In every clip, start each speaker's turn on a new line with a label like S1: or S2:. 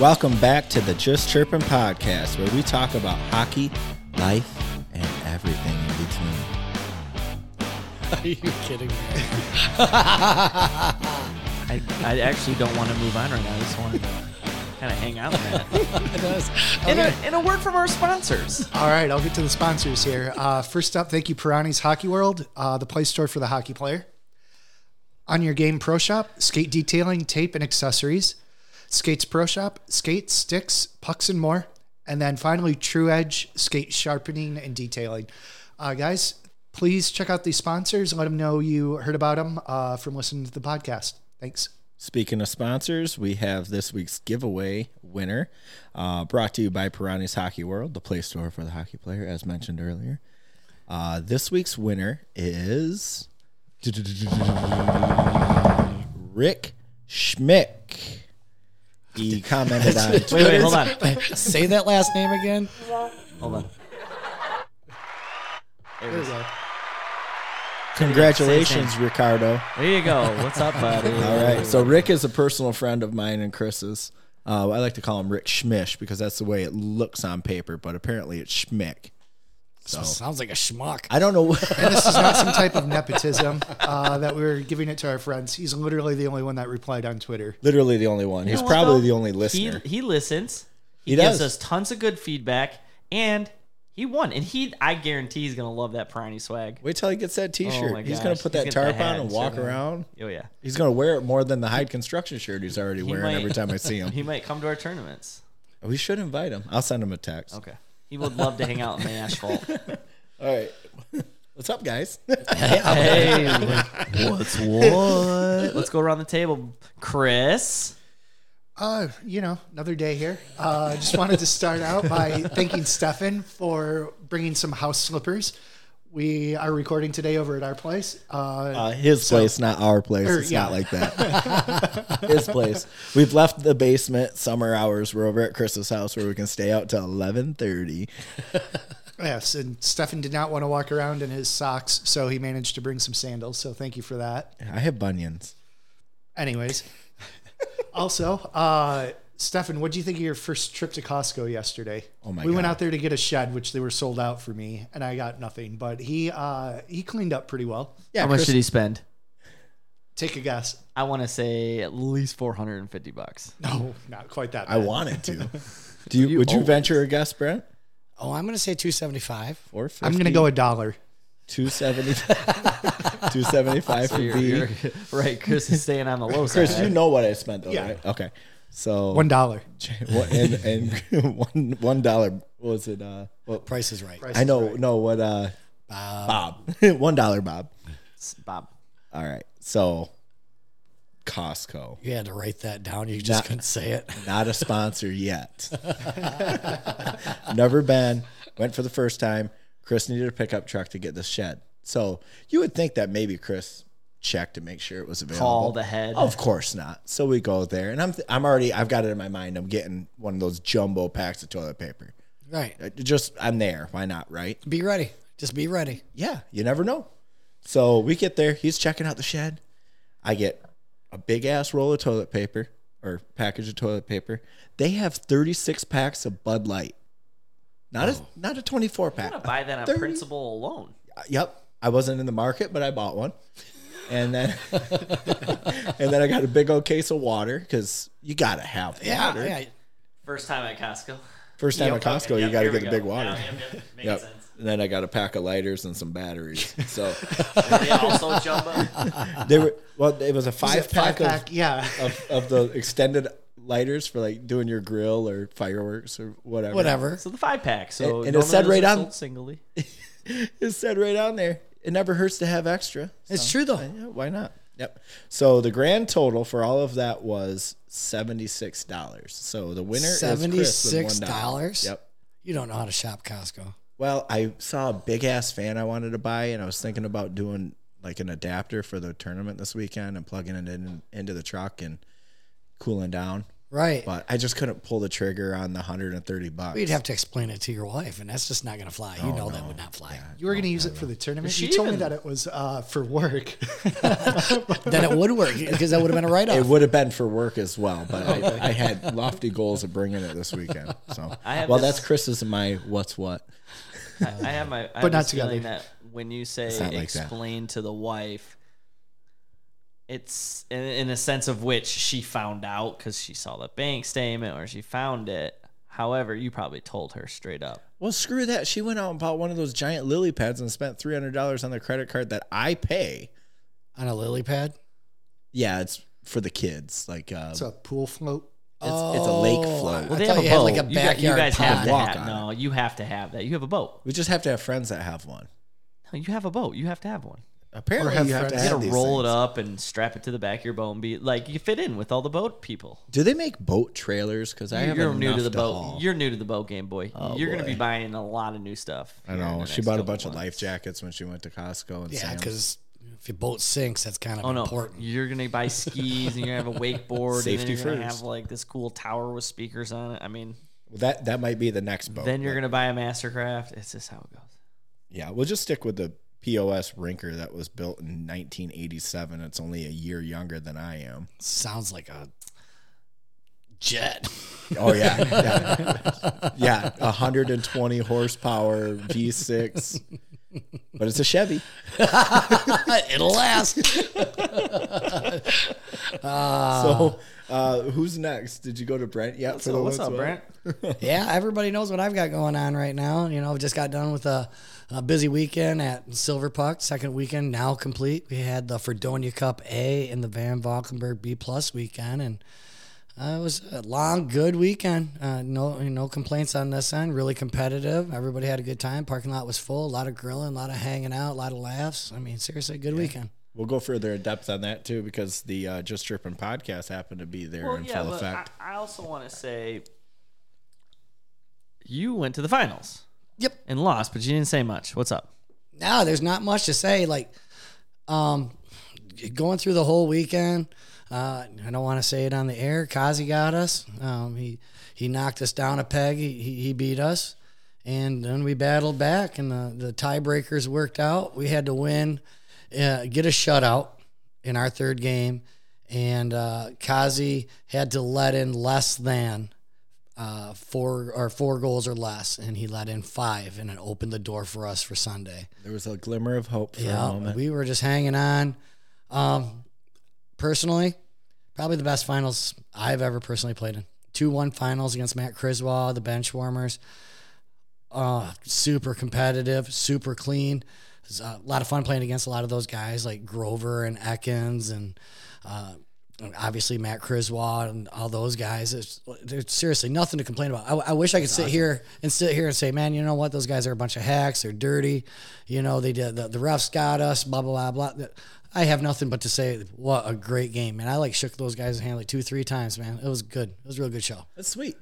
S1: Welcome back to the Just Chirpin podcast, where we talk about hockey, life, and everything in between.
S2: Are you kidding me?
S3: I, I actually don't want to move on right now. I just want to kind of hang out on that.
S2: Okay.
S3: And a, and a word from our sponsors.
S2: All right, I'll get to the sponsors here. Uh, first up, thank you, Pirani's Hockey World, uh, the play store for the hockey player. On Your Game Pro Shop, skate detailing, tape, and accessories. Skates Pro Shop, skates, sticks, pucks, and more. And then finally, True Edge, skate sharpening and detailing. Uh, guys, please check out these sponsors. Let them know you heard about them uh, from listening to the podcast. Thanks.
S1: Speaking of sponsors, we have this week's giveaway winner, uh, brought to you by Pirani's Hockey World, the play store for the hockey player, as mentioned earlier. Uh, this week's winner is Rick Schmick. He commented on
S3: Wait, wait, hold on.
S4: Say that last name again.
S3: Hold on. There, it is.
S1: Congratulations, Ricardo.
S3: There you go. What's up, buddy?
S1: All right. So Rick is a personal friend of mine and Chris's. Uh, I like to call him Rick Schmish because that's the way it looks on paper, but apparently it's Schmick.
S4: Sounds like a schmuck.
S1: I don't know. what-
S2: this is not some type of nepotism uh, that we're giving it to our friends. He's literally the only one that replied on Twitter.
S1: Literally the only one.
S3: You
S1: He's
S3: know what,
S1: probably
S3: though?
S1: the only listener.
S3: He, he listens. He,
S1: He
S3: gives
S1: does.
S3: us tons of good feedback, and he won. And he, I guarantee, he's gonna love that Pirani swag.
S1: Wait till he gets that T-shirt.
S3: Oh my
S1: he's
S3: gosh.
S1: gonna put
S3: He's
S1: that
S3: gonna
S1: tarp
S3: put the
S1: on
S3: hat
S1: and
S3: and
S1: walk
S3: shit on.
S1: around.
S3: Oh yeah,
S1: He's gonna wear it more than the Hyde construction shirt he's already wearing
S3: might-
S1: every time I see him.
S3: he might come to our tournaments.
S1: we should invite him. I'll send him a text.
S3: Okay, he would love to hang out on the asphalt.
S1: All right. What's up, guys?
S3: hey, what's what? Let's go around the table, Chris.
S2: Uh, you know, another day here. Uh, just wanted to start out by thanking Stefan for bringing some house slippers. We are recording today over at our place. Uh,
S1: Uh, his place, not our place.
S2: Er,
S1: it's
S2: yeah.
S1: not like that. his place. We've left the basement. Summer hours. We're over at Chris's house where we can stay out till eleven thirty.
S2: yes, and Stefan did not want to walk around in his socks, so he managed to bring some sandals. So thank you for that.
S1: I have bunions.
S2: Anyways, also, uh, Stefan, what do you think of your first trip to Costco yesterday?
S1: Oh my
S2: We went
S1: God.
S2: out there to get a shed, which they were sold out for me, and I got nothing. But he uh, he cleaned up pretty well.
S1: Yeah,
S3: How much
S1: Chris-
S3: did he spend?
S2: Take a guess.
S3: I want to say at least four hundred and fifty bucks.
S2: No, not quite that.
S1: I
S2: bad.
S1: wanted to. Do you? would you venture a guess, Brent?
S4: Oh, I'm gonna say 275.
S1: Four
S2: I'm gonna go a dollar.
S1: two seventy. Two seventy five for
S3: You're-
S1: B.
S3: you're- right, Chris is staying on the low side.
S1: Chris, you know what I spent though,
S2: Yeah.
S1: right? Okay. So
S2: One dollar.
S1: one- and, and one one dollar what was it? Uh, what,
S4: Price is right.
S1: I know. No, what? Uh, Bob. one dollar, Bob.
S3: It's Bob.
S1: All right. So Costco,
S4: You had to write that down. You just couldn't say it.
S1: not a sponsor yet. Never been. Went for the first time. Chris needed a pickup truck to get the shed. So you would think that maybe Chris checked to make sure it was available.
S3: Called ahead.
S1: Of course not. So we go there, and I'm I'm already I've got it in my mind. I'm getting one of those jumbo packs of toilet paper.
S4: Right.
S1: Uh, Just I'm there. Why not? Right.
S4: Be ready. Just be ready.
S1: yeah, you never know. So we get there. He's checking out the shed. I get a big ass roll of toilet paper or package of toilet paper. They have 36 packs of Bud Light. Not a not a 24 pack.
S3: I'm gonna Oh. buy that on
S1: 30.
S3: principle alone.
S1: Uh, Yep. I wasn't in the market, but I bought one. And then and then I got a big old case of water cuz you got to have water.
S4: Yeah. yeah.
S3: First time at Costco.
S1: First time at Costco, you got to
S3: here we
S1: get the
S3: go.
S1: big water.
S3: Yeah, yep, yep. Makes
S1: Yep.
S3: sense.
S1: And then I got a pack of lighters and some batteries. So
S3: Are they also jumbo?
S1: They were well. It was a five pack,
S2: Five pack. Yeah.
S1: Of, of of the extended lighters for like doing your grill or fireworks or whatever.
S4: Whatever.
S3: So the five pack. So
S1: And- and it
S3: normally
S1: said
S3: those
S1: right
S3: are
S1: on-
S3: sold singly.
S1: It said right on there. It never hurts to have extra.
S4: It's true though.
S1: Yeah, why not? Yep. So the grand total for all of that was seventy six dollars. So the winner is Chris with
S4: $76?
S1: $1. Yep.
S4: You don't know how to shop Costco.
S1: Well, I saw a big ass fan I wanted to buy, and I was thinking about doing like an adapter for the tournament this weekend and plugging it in into the truck and cooling down.
S4: Right.
S1: but I just couldn't pull the trigger on the 130 bucks.
S4: You'd have to explain it to your wife, and that's just not going to fly. You know that would not fly.
S2: You were going to use it for the tournament.
S3: Does
S2: You
S3: she
S2: told me
S3: even-
S2: that it was uh, for work.
S4: Then it would work because that would have been a write
S1: It
S4: off.
S1: would have been for work as well, but I, I had lofty goals of bringing it this weekend. So,
S3: I have
S1: well,
S3: this-
S1: that's Chris's and my what's what.
S3: I have my, I
S2: But
S3: have
S2: not
S3: this feeling
S2: together.
S3: that when you say
S1: not like that.
S3: explain to the wife, it's in, in a sense of which she found out because she saw the bank statement or she found it. However, you probably told her straight up.
S1: Well, screw that. She went out and bought one of those giant lily pads and spent three hundred dollars on the credit card that I pay.
S4: On a lily pad?
S1: Yeah, it's for the kids. Like, uh,
S2: It's a pool float.
S1: it's, it's
S2: Oh.
S1: a lake float.
S4: I
S3: They
S4: thought
S3: have a
S4: you had like a
S3: boat. You got-
S4: backyard
S3: You guys have
S4: pond.
S3: to
S1: Walk
S3: have,
S1: on
S3: no. You have to have that. You have a boat.
S1: we just have to have friends that have one.
S3: No, you have a boat. You have to have one.
S1: Apparently,
S2: Or have
S1: you have to
S2: friends.
S1: have
S3: You gotta
S1: these
S3: roll
S1: things.
S3: it up and strap it to the back of your boat and be like you fit in with all the boat people.
S1: Do they make boat trailers? Because I
S3: You-
S1: have
S3: You're new to the boat.
S1: boat.
S3: You're new to the boat game, boy. You're gonna be
S1: Oh, boy.
S3: buying a lot of new stuff.
S1: I
S3: here in
S1: know
S3: the
S1: she
S3: next
S1: bought a
S3: couple
S1: bunch of
S3: months.
S1: life jackets when she went to Costco and
S4: Yeah,
S1: Sam's.
S4: because if your boat sinks, that's kind of
S3: Oh no!
S4: important.
S3: You're gonna buy skis and you're gonna have a wakeboard and then
S1: Safety
S3: you're gonna
S1: first.
S3: have like this cool tower with speakers on it. I mean,
S1: Well, that that might be the next boat.
S3: then you're gonna buy a Mastercraft. It's just how it goes.
S1: Yeah, we'll just stick with the POS Rinker that was built in 1987. It's only a year younger than I am.
S4: Sounds like a jet.
S1: Oh yeah, yeah, yeah 120 horsepower V6, but it's a Chevy.
S4: It'll last.
S1: So, uh, who's next? Did you go to Brent yet?
S3: So what's up,
S1: what?
S3: Brent?
S4: yeah, everybody knows what I've got going on right now. You know, I've just got done with a, a busy weekend at Silver Puck, second weekend now complete. We had the Fredonia Cup A and the Van Valkenburg B plus weekend, and uh, it was a long, good weekend. Uh, no, no complaints on this end. Really competitive. Everybody had a good time. Parking lot was full. A lot of grilling, a lot of hanging out, a lot of laughs. I mean, seriously, good weekend.
S1: We'll go further in depth on that too because the uh, Just Dripping podcast happened to be there
S3: Well,
S1: in
S3: yeah,
S1: full
S3: but I,
S1: effect.
S3: I also want to say you went to the finals.
S4: Yep.
S3: And lost, but you didn't say much. What's up?
S4: no, there's not much to say. Like, um, going through the whole weekend. Uh, I don't want to say it on the air. Kazi got us. Um, he he knocked us down a peg. He he, he beat us, and then we battled back, and the the tiebreakers worked out. We had to win, uh, get a shutout in our third game, and uh, Kazi had to let in less than uh, four or four goals or less, and he let in five, and it opened the door for us for Sunday.
S1: There was a glimmer of hope for a
S4: Yeah,
S1: moment.
S4: we were just hanging on. Um, personally, probably the best finals I've ever personally played in. Two one finals against Matt Criswell, the bench warmers. Uh, super competitive, super clean. It was a lot of fun playing against a lot of those guys like Grover and Ekins and, uh, and obviously Matt Criswell and all those guys. It's, there's seriously nothing to complain about. I, I wish I could sit here and sit here and say, man, you know what? Those guys are a bunch of hacks. They're dirty. You know, they did the, the refs got us. Blah blah blah blah. I have nothing but to say, what a great game, man! I like shook those guys' hand like two, three times, man. It was good. It was a real good show.
S1: That's sweet.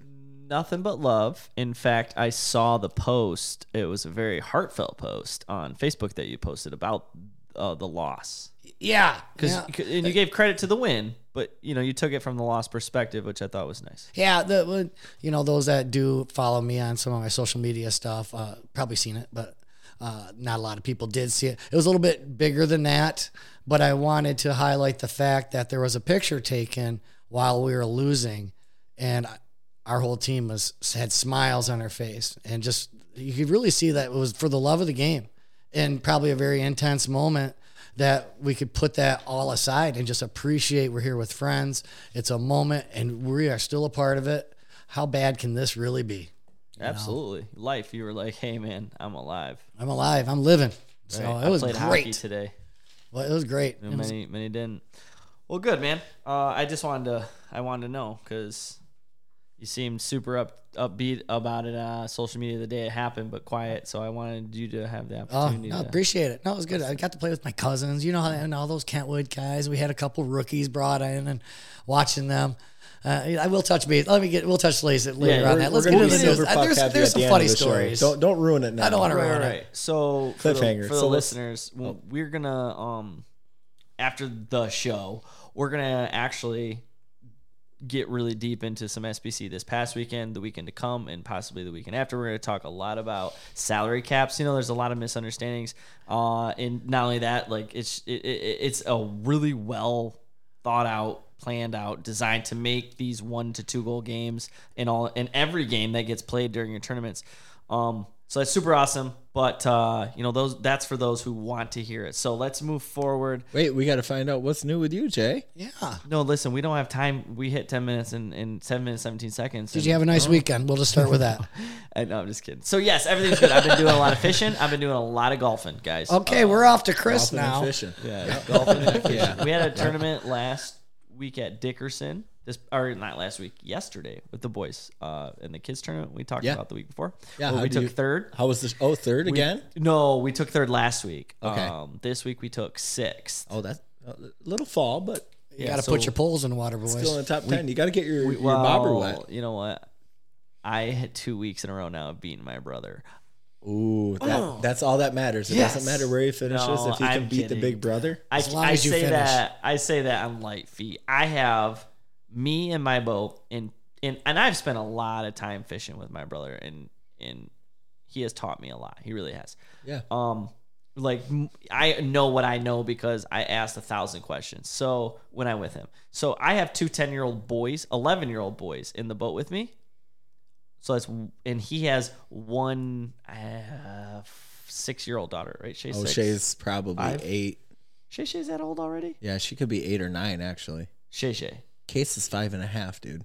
S3: Nothing but love. In fact, I saw the post. It was a very heartfelt post on Facebook that you posted about uh, the loss.
S4: Yeah,
S3: Cause,
S4: yeah.
S3: c- and you gave credit to the win, but you know you took it from the loss perspective, which I thought was nice.
S4: Yeah, the well, you know those that do follow me on some of my social media stuff uh, probably seen it, but uh, not a lot of people did see it. It was a little bit bigger than that, but I wanted to highlight the fact that there was a picture taken while we were losing, and our whole team was had smiles on their face, and just you could really see that it was for the love of the game, and probably a very intense moment that we could put that all aside and just appreciate we're here with friends. It's a moment and we are still a part of it. How bad can this really be?
S3: Absolutely, life. You were like, "Hey, man, I'm alive."
S4: I'm alive. I'm living. So it was
S3: Played hockey
S4: great.
S3: today.
S4: Well, it was great.
S3: You know, many, many didn't. Well, good man. Uh, I just wanted to, I wanted to know because you seemed super up, upbeat about it on social media the day it happened, but quiet. So I wanted you to have the
S4: Oh,
S3: opportunity.
S4: no,
S3: to-
S4: appreciate it. No, it was good. I got to play with my cousins. You know, and all those Kentwood guys. We had a couple rookies brought in and watching them. Uh, I will touch base. Let me get. We'll touch base later
S3: Yeah,
S4: on
S3: we're-
S4: that. Let's
S1: We're
S4: get
S1: gonna
S4: into
S1: do
S4: the news.
S1: another
S4: Uh,
S1: podcast at
S4: There's,
S1: the
S4: there's
S1: end
S4: some
S1: of
S4: funny
S1: the show.
S4: stories.
S1: Don't don't ruin it now.
S4: I don't want to
S3: right,
S4: ruin
S3: right,
S4: it.
S3: right. So for the,
S1: Cliffhanger.
S3: for the
S1: So let's- oh.
S3: listeners, w- we're gonna um after the show, we're gonna actually get really deep into some SBC this past weekend, the weekend to come, and possibly the weekend after. We're going to talk a lot about salary caps. You know, there's a lot of misunderstandings, uh, and not only that, like it's it, it, it's a really well thought out, planned out, designed to make these one to two goal games in all in every game that gets played during your tournaments. Um, so that's super awesome. But uh, you know, those that's for those who want to hear it. So let's move forward.
S5: Wait, we got to find out what's new with you, Jay.
S2: Yeah.
S3: No, listen, we don't have time. We hit ten minutes and, and seven minutes, seventeen seconds.
S4: Did you have a nice weekend? We'll just start with that.
S3: I, no, I'm just kidding. So yes, everything's good. I've been doing a lot of fishing. I've been doing a lot of golfing, guys.
S4: Okay, we're off to Chris
S1: Dolphin and
S4: now.
S1: fishing.
S3: Yeah, golfing and fishing. We had a tournament last week at Dickerson. This or not last week, yesterday with the boys uh, in the kids tournament we talked
S1: Yeah.
S3: about the week before.
S1: Yeah,
S3: where
S1: how
S3: we
S1: do
S3: took
S1: you-
S3: third.
S1: How was this? Oh, third again?
S3: No, we took third last week.
S1: Okay.
S3: Um, this week we took sixth.
S1: Oh, that's a little fall, but
S4: You got to put your poles in water, boys.
S1: still in the top 10. you got to get your, your
S3: Well,
S1: bobber wet.
S3: You know what? I had two weeks in a row now of beating my brother.
S1: Ooh, that, that's all that matters. It
S3: Yes.
S1: doesn't matter where he finishes
S3: Oh. No,
S1: if he
S3: I'm
S1: can beat the
S3: kidding.
S1: big brother.
S3: I,
S4: As long
S3: I
S4: as you
S3: say
S4: finish.
S3: that I say that on light feet. I have me and my boat and and and I've spent a lot of time fishing with my brother and and he has taught me a lot. He really has.
S1: Yeah.
S3: um like m- i know what i know because i asked a thousand questions so when i'm with him so i have two 10 year old boys 11 year old boys in the boat with me so that's and he has one uh, six year old daughter right Shay's
S1: Oh,
S3: six.
S1: Shay's probably
S3: Five.
S1: eight.
S3: Shay Shay's that old already
S1: Yeah, she could be eight or nine, actually.
S3: Shay Shay
S1: Case is five and a half, dude.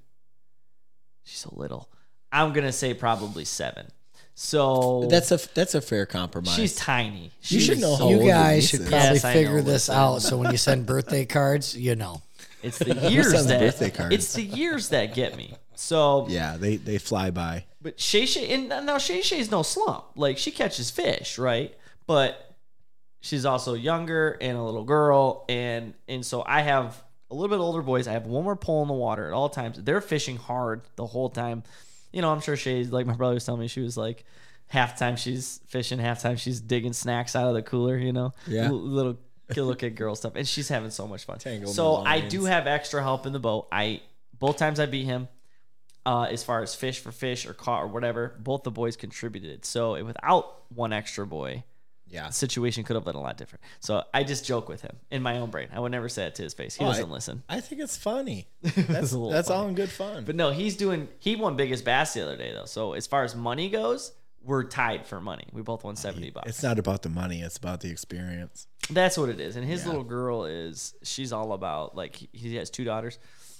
S3: she's so little i'm gonna say probably seven so
S1: But that's a that's a fair compromise.
S3: she's tiny
S1: you should know how
S4: you
S1: old your
S4: guys
S1: niece
S4: should
S1: is.
S4: probably
S3: Yes, I
S4: figure
S3: know,
S4: this
S3: listen.
S4: out so when you send birthday cards, you know.
S3: it's the years
S1: son's
S3: that
S1: birthday card.
S3: it's the years that get me so
S1: Yeah, they they fly by.
S3: But Shay Shay, and now Shay Shay's no slump. Like she catches fish, right? But she's also younger and a little girl, and and so I have a little bit older boys. I have one more pole in the water at all times. They're fishing hard the whole time. You know, I'm sure Shay's like my brother was telling me she was like half time she's fishing, half time she's digging snacks out of the cooler. You know,
S1: Yeah.
S3: L- little kid, little kid girl stuff, and she's having so much fun.
S1: Tangled in the
S3: so I
S1: lines.
S3: do have extra help in the boat. I both times I beat him uh, as far as fish for fish or caught or whatever, both the boys contributed. So it- without one extra boy,
S1: Yeah.
S3: the situation could have been a lot different. So I just joke with him in my own brain. I would never say it to his face. He
S1: Oh, I-
S3: doesn't listen.
S1: I think it's funny. That's,
S3: a little
S1: that's all
S3: funny.
S1: in good fun.
S3: But no, he's doing. He won biggest bass the other day though. So as far as money goes, we're tied for money. We both won seventy bucks.
S1: it's not about the money, it's about the experience.
S3: That's what it is. And his little girl is she's all about like he- he has two daughters.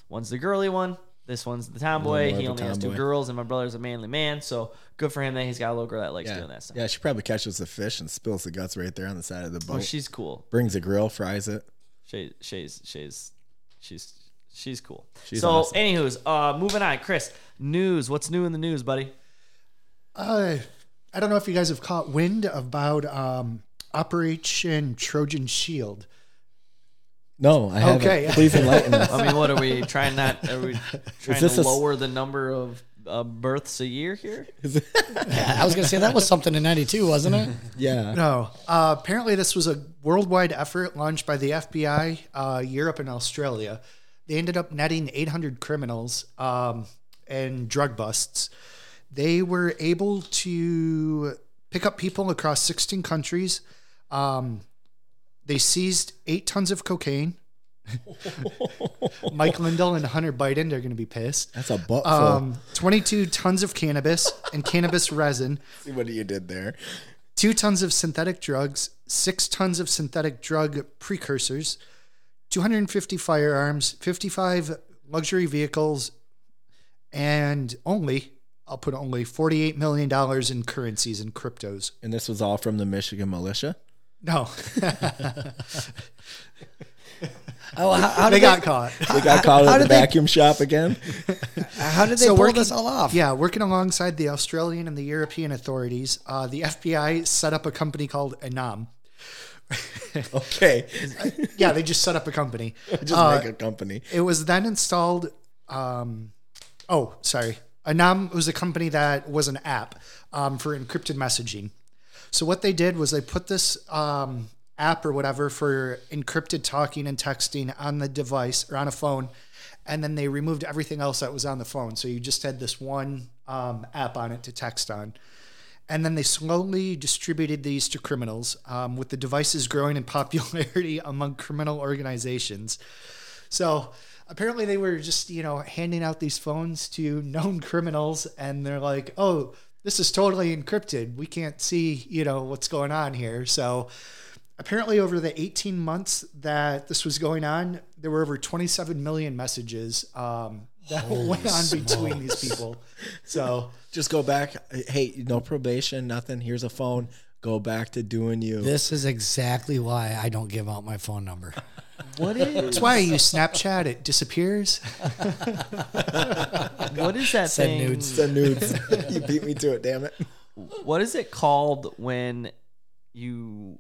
S3: One's the girly one. This one's the tomboy.
S1: more of
S3: He
S1: a
S3: only has two
S1: tomboy.
S3: girls, and my brother's a manly man. So good for him that he's got a little girl that likes
S1: Yeah.
S3: doing that stuff.
S1: yeah, she probably catches the fish and spills the guts right there on the side of the
S3: Oh,
S1: boat.
S3: she's cool.
S1: Brings a grill, fries it.
S3: Shay, Shay's, Shay's, she's, she's cool.
S1: She's
S3: so,
S1: awesome.
S3: anywho's, uh, moving on. Chris, news. What's new in the news, buddy?
S2: Uh, I don't know if you guys have caught wind about um, Operation Trojan Shield.
S1: No, I haven't.
S2: Okay.
S1: Please enlighten us.
S3: I mean, what are we trying not? Are we trying
S1: this
S3: to
S1: a s-
S3: lower the number of uh, births a year here?
S4: Yeah, I was gonna say that was something in '92, wasn't it?
S1: Yeah.
S2: No. Uh, apparently, this was a worldwide effort launched by the FBI, uh, Europe, and Australia. They ended up netting 800 criminals um, and drug busts. They were able to pick up people across 16 countries. Um, they seized eight tons of cocaine. Mike Lindell and Hunter Biden are going to be pissed.
S1: That's a butt full.
S2: Um, 22 tons of cannabis and cannabis resin
S1: See what you did there.
S2: two tons of synthetic drugs, six tons of synthetic drug precursors, 250 firearms, 55 luxury vehicles, and only, I'll put only $48 million in currencies and cryptos.
S1: And this was all from the Michigan militia.
S2: No,
S4: Oh, how, how
S2: they
S4: did
S2: got caught.
S1: They got caught at
S4: how
S1: the
S4: did they-
S1: vacuum shop again.
S4: how did they
S2: So
S4: pull
S2: working-
S4: this all off?
S2: Yeah, working alongside the Australian and the European authorities, uh, the FBI set up a company called Anam.
S1: Okay.
S2: Yeah, they just set up a company.
S1: Just
S4: Uh,
S1: make a company.
S2: It was then installed. Um, oh, sorry. Anam was a company that was an app um, for encrypted messaging. So what they did was they put this um, app or whatever for encrypted talking and texting on the device or on a phone, and then they removed everything else that was on the phone. So you just had this one um, app on it to text on. And then they slowly distributed these to criminals, um, with the devices growing in popularity among criminal organizations. So apparently they were just, you know, handing out these phones to known criminals and they're like, "Oh, this is totally encrypted. We can't see, you know, what's going on here." So apparently over the 18 months that this was going on, there were over 27 million messages um, that went on between these people. So
S1: Just go back. Hey, no probation, nothing. Here's a phone. Go back to doing you.
S4: This is exactly why I don't give out my phone number.
S3: What is
S2: that's why I use Snapchat. It disappears.
S3: what is that
S4: Send
S3: thing?
S4: nudes.
S1: the nudes. you beat me to it. Damn it.
S3: What is it called when you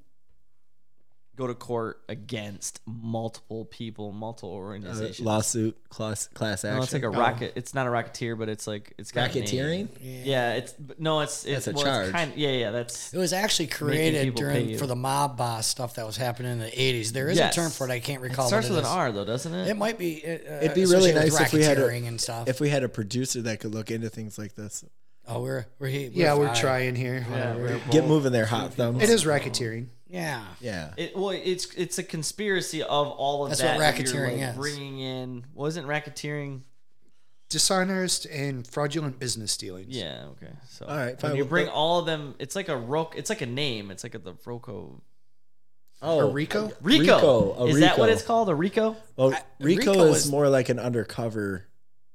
S3: go to court against multiple people, multiple
S1: Uh,
S3: organizations?
S1: lawsuit, class class action.
S3: no, it's like a rocket. It's not a racketeer, but it's like it's got a name.
S1: racketeering.
S3: Yeah, it's but no, it's it's
S1: That's a
S3: well, it's
S1: charge.
S3: kind yeah, yeah. That's
S4: It was actually created
S3: people pay
S4: during
S3: you.
S4: for the mob boss stuff that was happening in the 80s. There is
S3: Yes.
S4: a term for it. I can't
S3: it
S4: recall.
S3: starts
S4: what
S3: with an
S4: is.
S3: R though, doesn't it?
S4: It might be. It, uh,
S1: It'd be really
S4: associated with
S1: nice if we had a-
S4: racketeering and stuff.
S1: If we had a producer that could look into things like this,
S4: oh, we're we're, he- we're
S2: yeah, we're
S4: fine.
S2: trying here.
S3: yeah,
S2: whatever.
S3: we're
S1: get
S3: both-
S1: moving there, hot thumbs.
S2: It is racketeering.
S4: Yeah,
S1: Yeah.
S3: It, well, it's it's a conspiracy of all of
S4: That's
S3: that.
S4: what
S3: and you're,
S4: racketeering
S3: like,
S4: is.
S3: Bringing in wasn't racketeering.
S2: dishonest and fraudulent business dealings.
S3: Yeah. Okay. So
S1: All right,
S3: When
S1: fine,
S3: you
S1: we'll
S3: bring
S1: put-
S3: all of them, it's like a ro- It's like a name. It's like a, the Roco.
S1: Oh,
S2: Or Rico?
S3: Rico.
S1: Rico, a
S3: is that what
S1: Rico.
S3: it's called? A Rico?
S1: Well,
S4: I-
S1: Rico,
S4: Rico
S1: is
S4: is-
S1: more like an undercover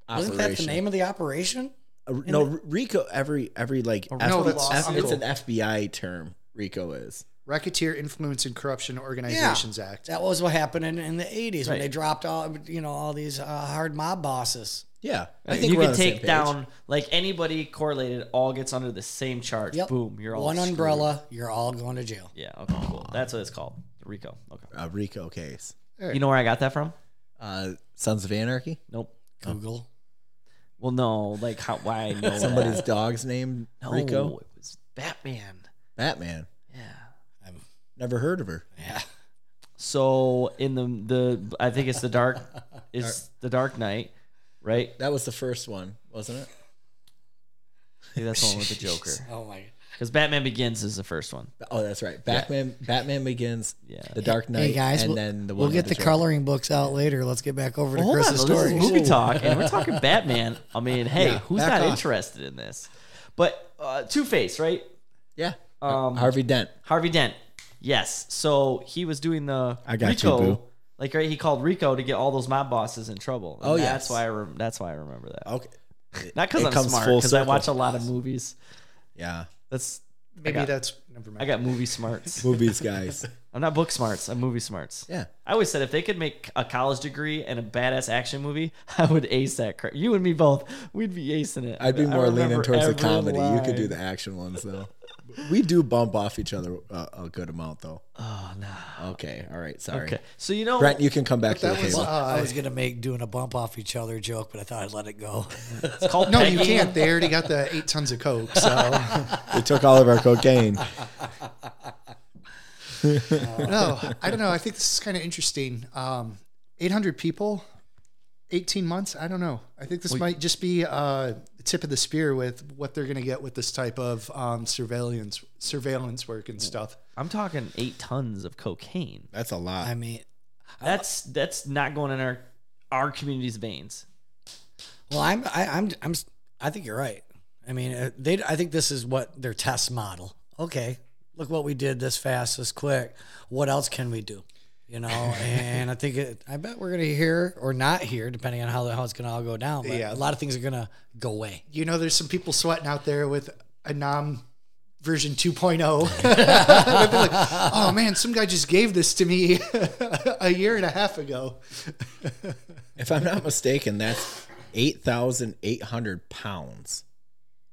S1: operation.
S4: wasn't that the name of the operation?
S1: Uh, no, Rico. Every every like F-
S2: no,
S1: it's,
S2: that's
S1: F- it's an
S2: uncle.
S1: FBI term. Rico is.
S2: Racketeer Influence and Corruption Organizations Act.
S4: That was what happened in, in the 80s when
S3: Right.
S4: they dropped all you know all these uh, hard mob bosses.
S1: Yeah,
S3: you
S1: we're on
S3: can
S1: the same
S3: take
S1: page.
S3: down like anybody correlated. All gets under the same charge.
S4: Yep.
S3: Boom. You're all
S4: one
S3: screwed.
S4: umbrella. You're all going to jail.
S3: Yeah. Okay. Cool. That's what it's called. Rico. Okay.
S1: a Uh, Rico case.
S3: You know where I got that from?
S1: Uh, Sons of Anarchy.
S3: Nope.
S4: Google.
S3: Well, no. Like how? Why? I know
S1: Somebody's
S3: that.
S1: dog's name
S3: No,
S1: Rico.
S3: It was Batman.
S1: Batman.
S3: Yeah.
S1: Never heard of her.
S4: Yeah.
S3: So in the the I think it's the dark is the Dark Knight, right?
S1: That was the first one, wasn't it?
S3: I think that's the one with the Joker.
S4: Oh my.
S3: Because Batman Begins is the first one.
S1: Oh, that's right. Batman. Batman begins.
S3: Yeah.
S1: The Dark Knight.
S4: Hey guys,
S1: and
S4: we'll,
S1: then the one
S4: we'll
S1: with
S4: get the
S1: Joker.
S4: coloring books out later. Let's get back over to
S3: Hold on,
S4: Chris's
S3: though, this
S4: story.
S3: is movie talk, and we're talking Batman. I mean, hey, who's
S1: back
S3: not
S1: off.
S3: interested in this? But uh, Two Face, right?
S1: Yeah.
S3: Um,
S1: Harvey Dent.
S3: Harvey Dent. Yes. So he was doing the
S1: I got you,
S3: Rico,
S1: boo.
S3: like right. He called Rico to get all those mob bosses in trouble. And
S1: Oh,
S3: that's
S1: yes.
S3: why I rem- that's why I remember that.
S1: Okay.
S3: Not because
S1: it
S3: I'm
S1: comes
S3: smart,
S1: full
S3: because I
S1: circle.
S3: watch a lot of movies.
S1: Yeah.
S3: That's
S2: Maybe
S3: got-
S2: that's never mind.
S3: I got movie smarts.
S1: Movies, guys.
S3: I'm not book smarts. I'm movie smarts.
S1: yeah.
S3: I always said if they could make a college degree and a badass action movie, I would ace that. Cra- you and me both, we'd be acing it.
S1: I'd be
S3: I
S1: more leaning
S3: remember
S1: towards the
S3: every
S1: comedy. You could do
S3: line.
S1: the action ones though. we do bump off each other uh, a good amount though. Oh no. Okay. All right. Sorry.
S3: Okay, so you know,
S1: Brent, you can come back to the
S2: that was,
S1: table.
S2: uh,
S4: I was gonna make doing a bump off each other joke, but I thought I'd let it go.
S3: it's called
S2: no, you
S3: pegging.
S2: can't. They already got the eight tons of coke. So
S1: they took all of our cocaine.
S2: no, I don't know. I think this is kind of interesting. Um, 800 people, 18 months. I don't know. I think this might just be uh, the tip of the spear with what they're going to get with this type of um, surveillance surveillance work and stuff.
S3: I'm talking eight tons of cocaine.
S1: That's a lot.
S4: I mean,
S3: That's that's not going in our our community's veins.
S4: well, I'm I, I'm I'm I think you're right. I mean, uh, they I think this is what their test model. Okay, look what we did this fast, this quick. What else can we do? You know, and I think it, I bet we're gonna hear or not hear, depending on how the how it's gonna all go down. But
S2: Yeah.
S4: a lot of things are gonna go away.
S2: You know, there's some people sweating out there with a nom version 2.0. They'd be like, oh man, some guy just gave this to me a year and a half ago.
S1: If I'm not mistaken, that's eight thousand eight hundred pounds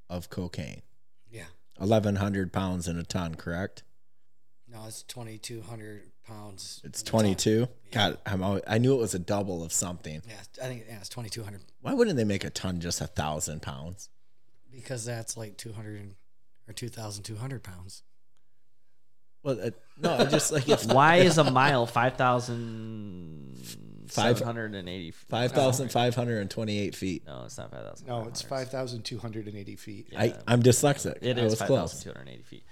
S1: of cocaine.
S4: Yeah.
S1: Eleven hundred pounds in a ton, correct?
S4: No, it's twenty two hundred pounds.
S1: It's twenty two. God, I'm always, I knew it was a double of something.
S4: Yeah, I think yeah, it's twenty two hundred
S1: Why wouldn't they make a ton just a thousand pounds?
S4: because that's like two hundred or two thousand two hundred pounds.
S1: Well, uh, no, I just like if
S3: Why is a mile five thousand five hundred and eighty?
S1: five thousand five hundred and twenty-eight feet.
S3: No, Oh, it's not five thousand.
S2: No, it's 5,280 feet.
S1: I I'm dyslexic.
S3: It
S1: I
S3: is
S1: was
S3: five
S1: close.
S3: thousand two hundred eighty feet.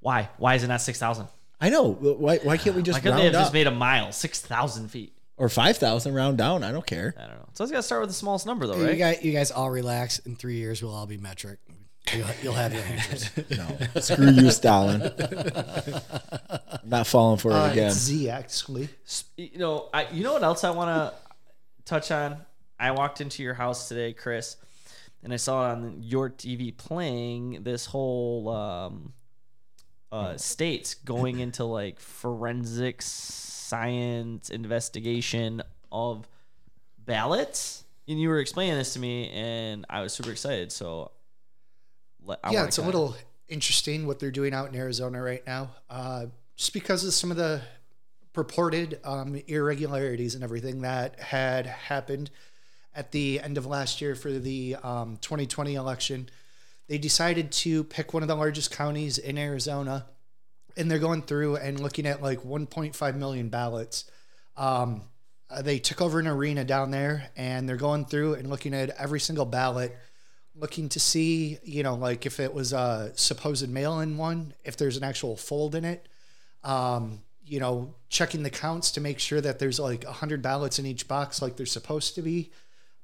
S3: Why? Why is it not six thousand?
S1: I know. but Why why can't we
S3: Why
S1: just
S3: couldn't they have
S1: round
S3: just
S1: up
S3: made a mile six thousand feet?
S1: or five thousand round down? I don't care.
S3: I don't know. So it's got to start with the smallest number, though,
S4: You
S3: right?
S4: guys, you guys all relax. In three years, we'll all be metric. You'll, you'll have your answers.
S1: No, screw you, Stalin. I'm not falling for
S2: Uh,
S1: it again.
S2: it's Z, actually.
S3: S- you know, I, you know what else I want to touch on? I walked into your house today, Chris, and I saw on your TV playing this whole um, uh,
S2: Mm.
S3: states going into like forensic science investigation of ballots. And you were explaining this to me, and I was super excited. So, let- I
S2: yeah,
S3: wanna
S2: it's a
S3: kinda-
S2: little interesting what they're doing out in Arizona right now, uh, just because of some of the purported um, irregularities and everything that had happened at the end of last year for the um, 2020 election. They decided to pick one of the largest counties in Arizona, and they're going through and looking at like 1.5 million ballots. Um, uh, they took over an arena down there, and they're going through and looking at every single ballot looking to see, you know, like if it was a supposed mail in one, if there's an actual fold in it, um, you know, checking the counts to make sure that there's like 100 ballots in each box, like they're supposed to be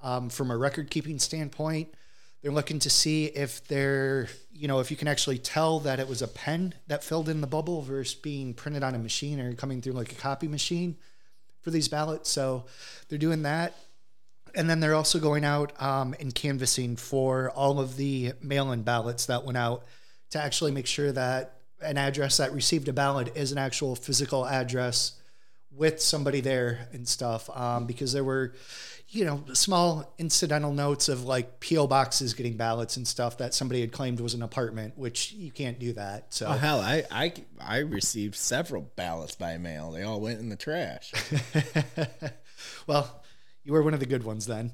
S2: um, from a record keeping standpoint. They're looking to see if they're, you know, if you can actually tell that it was a pen that filled in the bubble versus being printed on a machine or coming through like a copy machine for these ballots. So they're doing that and then they're also going out um, and canvassing for all of the mail-in ballots that went out to actually make sure that an address that received a ballot is an actual physical address with somebody there and stuff um, because there were you know small incidental notes of like po boxes getting ballots and stuff that somebody had claimed was an apartment which you can't do that so
S5: Oh, hell, I, I, I received several ballots by mail. They all went in the trash.
S2: well you were one of the good ones then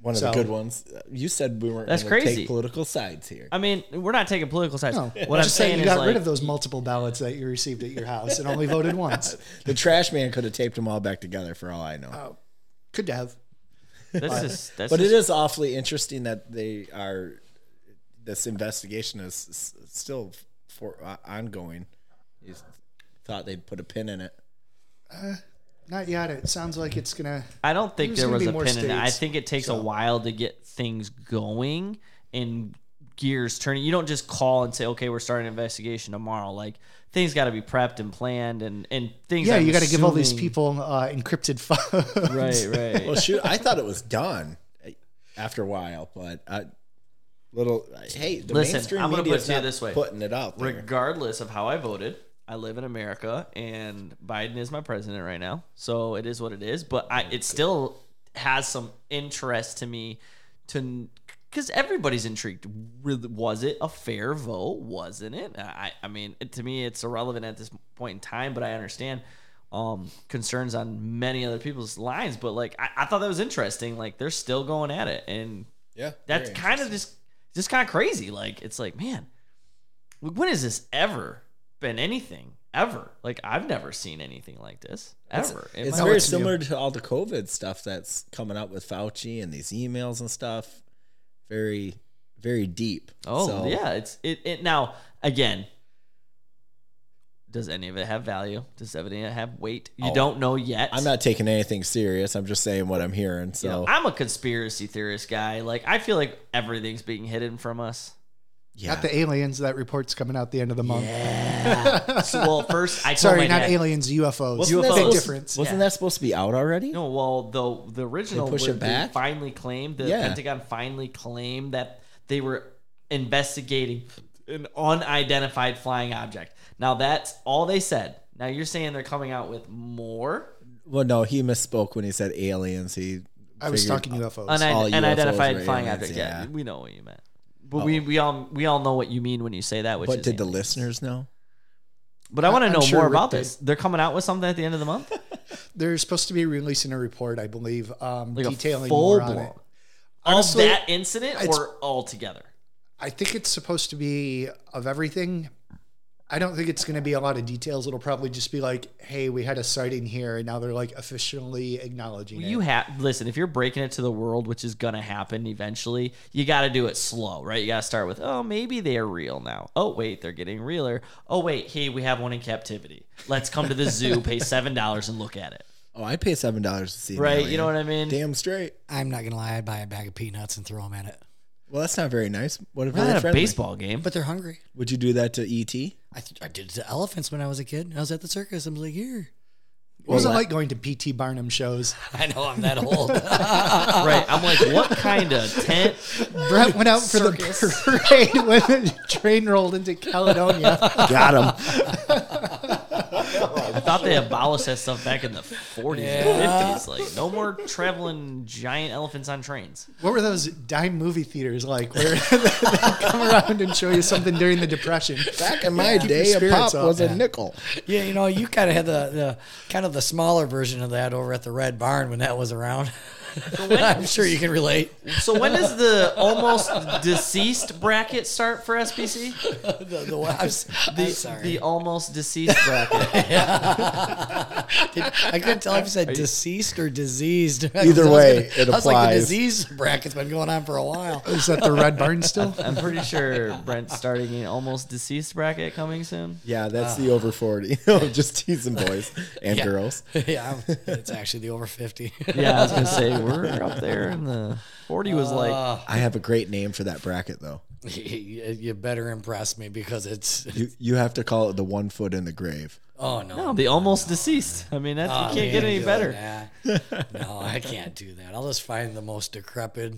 S1: One of
S2: So-
S1: the good ones. You said we weren't
S3: That's
S1: gonna
S3: crazy.
S1: take political sides here.
S3: I mean, we're not taking political sides.
S2: no
S3: What I'm
S2: just saying,
S3: saying
S2: you
S3: is
S2: got
S3: like,
S2: rid of those multiple ballots that you received at your house and only voted once
S1: The trash man could have taped them all back together for all I know.
S5: Oh,
S2: could have
S3: that's just that's
S1: but
S3: just
S1: it is awfully interesting that they are this investigation is s- still for uh, ongoing. You s- thought they'd put a pin in it.
S2: Not yet. It sounds like it's gonna.
S3: I don't think
S2: There's
S3: there
S2: gonna
S3: was
S2: be
S3: a
S2: more
S3: pin in it. I
S2: states,
S3: think it takes a while to get things going and gears turning. You don't just call and say, "Okay, we're starting an investigation tomorrow." Like things got to be prepped and planned, and and things.
S2: Yeah,
S3: I'm
S2: you got to give all these
S3: assuming-
S2: people uh, encrypted files.
S3: Right, right.
S1: Well, shoot, I thought it was done after a while, but I, little hey, the
S3: Listen,
S1: mainstream
S3: I'm gonna
S1: media
S3: put
S1: is
S3: it to you
S1: not
S3: this way.
S1: putting it out there.
S3: Regardless of how I voted, I live in America, and Biden is my president right now, so it is what it is. But I, it still has some interest to me, to because everybody's intrigued. Really, was it a fair vote? Wasn't it? I, I mean, it, to me, it's irrelevant at this point in time, but I understand um concerns on many other people's lines. But like, I, I thought that was interesting. Like, they're still going at it, and
S1: yeah,
S3: that's
S1: very
S3: kind of just just kind of crazy. Like it's like, man, like, when has this ever been anything ever? Like I've never seen anything like this ever. in
S1: It's
S3: my-
S1: very
S2: it's new.
S1: similar to all the COVID stuff that's coming up with Fauci and these emails and stuff. Very, very deep.
S3: oh
S1: So,
S3: yeah, it's it, it. Now again, does any of it have value? Does any of it have weight? You
S1: Oh,
S3: don't know yet.
S1: I'm not taking anything serious. I'm just saying what I'm hearing.
S3: You know,
S1: So
S3: I'm a conspiracy theorist guy. Like I feel like everything's being hidden from us.
S1: yeah,
S2: Not the aliens. That report's coming out the end of the month.
S3: So, well, first I told
S2: Sorry,
S3: Oh my
S2: not
S3: dad-
S2: aliens. UFOs.
S1: Wasn't that
S3: UFOs.
S2: Big
S1: supposed-
S2: difference.
S1: Wasn't that supposed to be out already?
S3: No, well, the the original
S1: push
S3: when
S1: it back?
S3: They finally claimed the
S1: Yeah.
S3: Pentagon finally claimed that they were investigating an unidentified flying object. Now that's all they said. Now you're saying they're coming out with more
S1: Well, no, he misspoke when he said aliens. He
S2: I was
S1: figured-
S2: talking UFOs.
S1: all
S3: Unin-
S1: UFOs
S3: unidentified
S1: were
S3: flying
S1: aliens,
S3: objects. Yeah.
S1: yeah.
S3: we know what you meant. But we, we all we all know what you mean when you say that. Which
S1: But
S3: is
S1: did the
S3: aliens.
S1: listeners know?
S3: But I want to
S2: I'm
S3: know
S2: sure
S3: more
S2: Rick
S3: about
S2: did.
S3: this. They're coming out with something at the end of the month,
S2: They're supposed to be releasing a report, I believe, um,
S3: like
S2: detailing
S3: a full
S2: more
S3: blown.
S2: on it.
S3: of
S2: Honestly,
S3: that incident
S2: it's-
S3: or all together.
S2: I think it's supposed to be of everything. I don't think it's going to be a lot of details. It'll probably just be like, "Hey, we had a sighting here, and now they're like officially acknowledging
S3: You
S2: it."
S3: have listen. If you're breaking it to the world, which is gonna happen eventually, you got to do it slow, right? You got to start with, oh, maybe they're real now. Oh, wait, they're getting realer. Oh, wait, hey, we have one in captivity. Let's come to the zoo, pay seven dollars, and look at it.
S1: Oh, I pay seven dollars to see. an
S3: Right? You
S1: alien.
S3: know what I mean?
S1: Damn straight.
S4: I'm not gonna lie. I'd buy a bag of peanuts and throw them at it.
S1: Well, that's not very nice. What if
S3: Not
S1: they're
S3: at a
S1: friendly?
S3: baseball game, but
S4: But they're hungry.
S1: Would you do that to E ET?
S4: I, th- I did it to elephants when I was a kid. I was at the circus. I was like, here.
S2: What was it like going to P.T. Barnum shows?
S4: I know I'm that old.
S3: right? I'm like, what kind of tent?
S2: Brett went out for the parade when the train rolled into Caledonia.
S1: Got him.
S3: I thought they abolished that stuff back in the 40s, and 50s. Like, no more traveling giant elephants on trains.
S2: What were those dime movie theaters like? Where they come around and show you something during the Depression?
S1: Back in my
S2: Keep your
S1: day, a
S2: spirits
S1: pop
S2: up.
S1: was
S2: Yeah.
S1: a nickel.
S4: yeah, you know, you kind of had the, the kind of the smaller version of that over at the Red Barn when that was around. I'm sure you can relate.
S3: So when does the almost deceased bracket start for SBC?
S4: The, the, I'm, s- I'm
S3: The,
S4: Oh, sorry.
S3: the almost deceased bracket.
S4: I couldn't tell if you said deceased or diseased.
S1: Either
S4: I was
S1: way,
S4: gonna-
S1: it
S4: I was like, the
S1: applies.
S4: disease bracket's been going on for a while.
S2: Is that the Red Barn still?
S3: I'm pretty sure Brent's starting an almost deceased bracket coming soon.
S1: Yeah,
S3: Ah.
S1: that's the over forty. I'm Just teasing boys and
S4: Yeah.
S1: girls.
S4: yeah, I'm- it's actually the over 50.
S3: Yeah, I was gonna say we're up there in the 40 was like
S1: I have a great name for that bracket though.
S4: you you better impress me because it's,
S1: You you have to call it the one foot in the grave.
S4: oh no.
S3: no, the almost deceased. I mean, that's
S4: Oh,
S3: you can't get
S4: man,
S3: any
S4: do
S3: better.
S4: that. no, I can't do that. I'll just find the most decrepit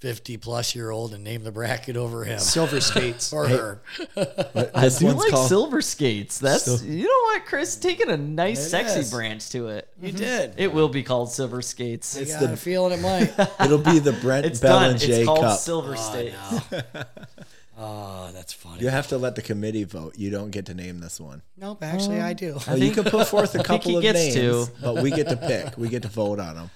S4: 50 plus year old and name the bracket over him
S2: Silver Skates.
S4: or her.
S3: I
S1: This
S3: do
S1: one's
S3: like
S1: called-
S3: silver skates. That's you know what, Chris, taking a nice sexy
S4: is.
S3: branch to it.
S4: You did.
S3: It will be called silver skates.
S4: I got a feeling it might.
S1: It'll be the Brent
S3: It's
S1: Bell
S3: done.
S1: and Jay
S3: It's called
S1: Cup.
S3: silver skates.
S4: oh, that's funny.
S1: you have to let the committee vote. You don't get to name this one.
S4: Nope, actually, I do.
S1: Oh, you can put forth a couple
S3: he
S1: of
S3: gets
S1: names,
S3: to.
S1: but we get to pick. We get to vote on them.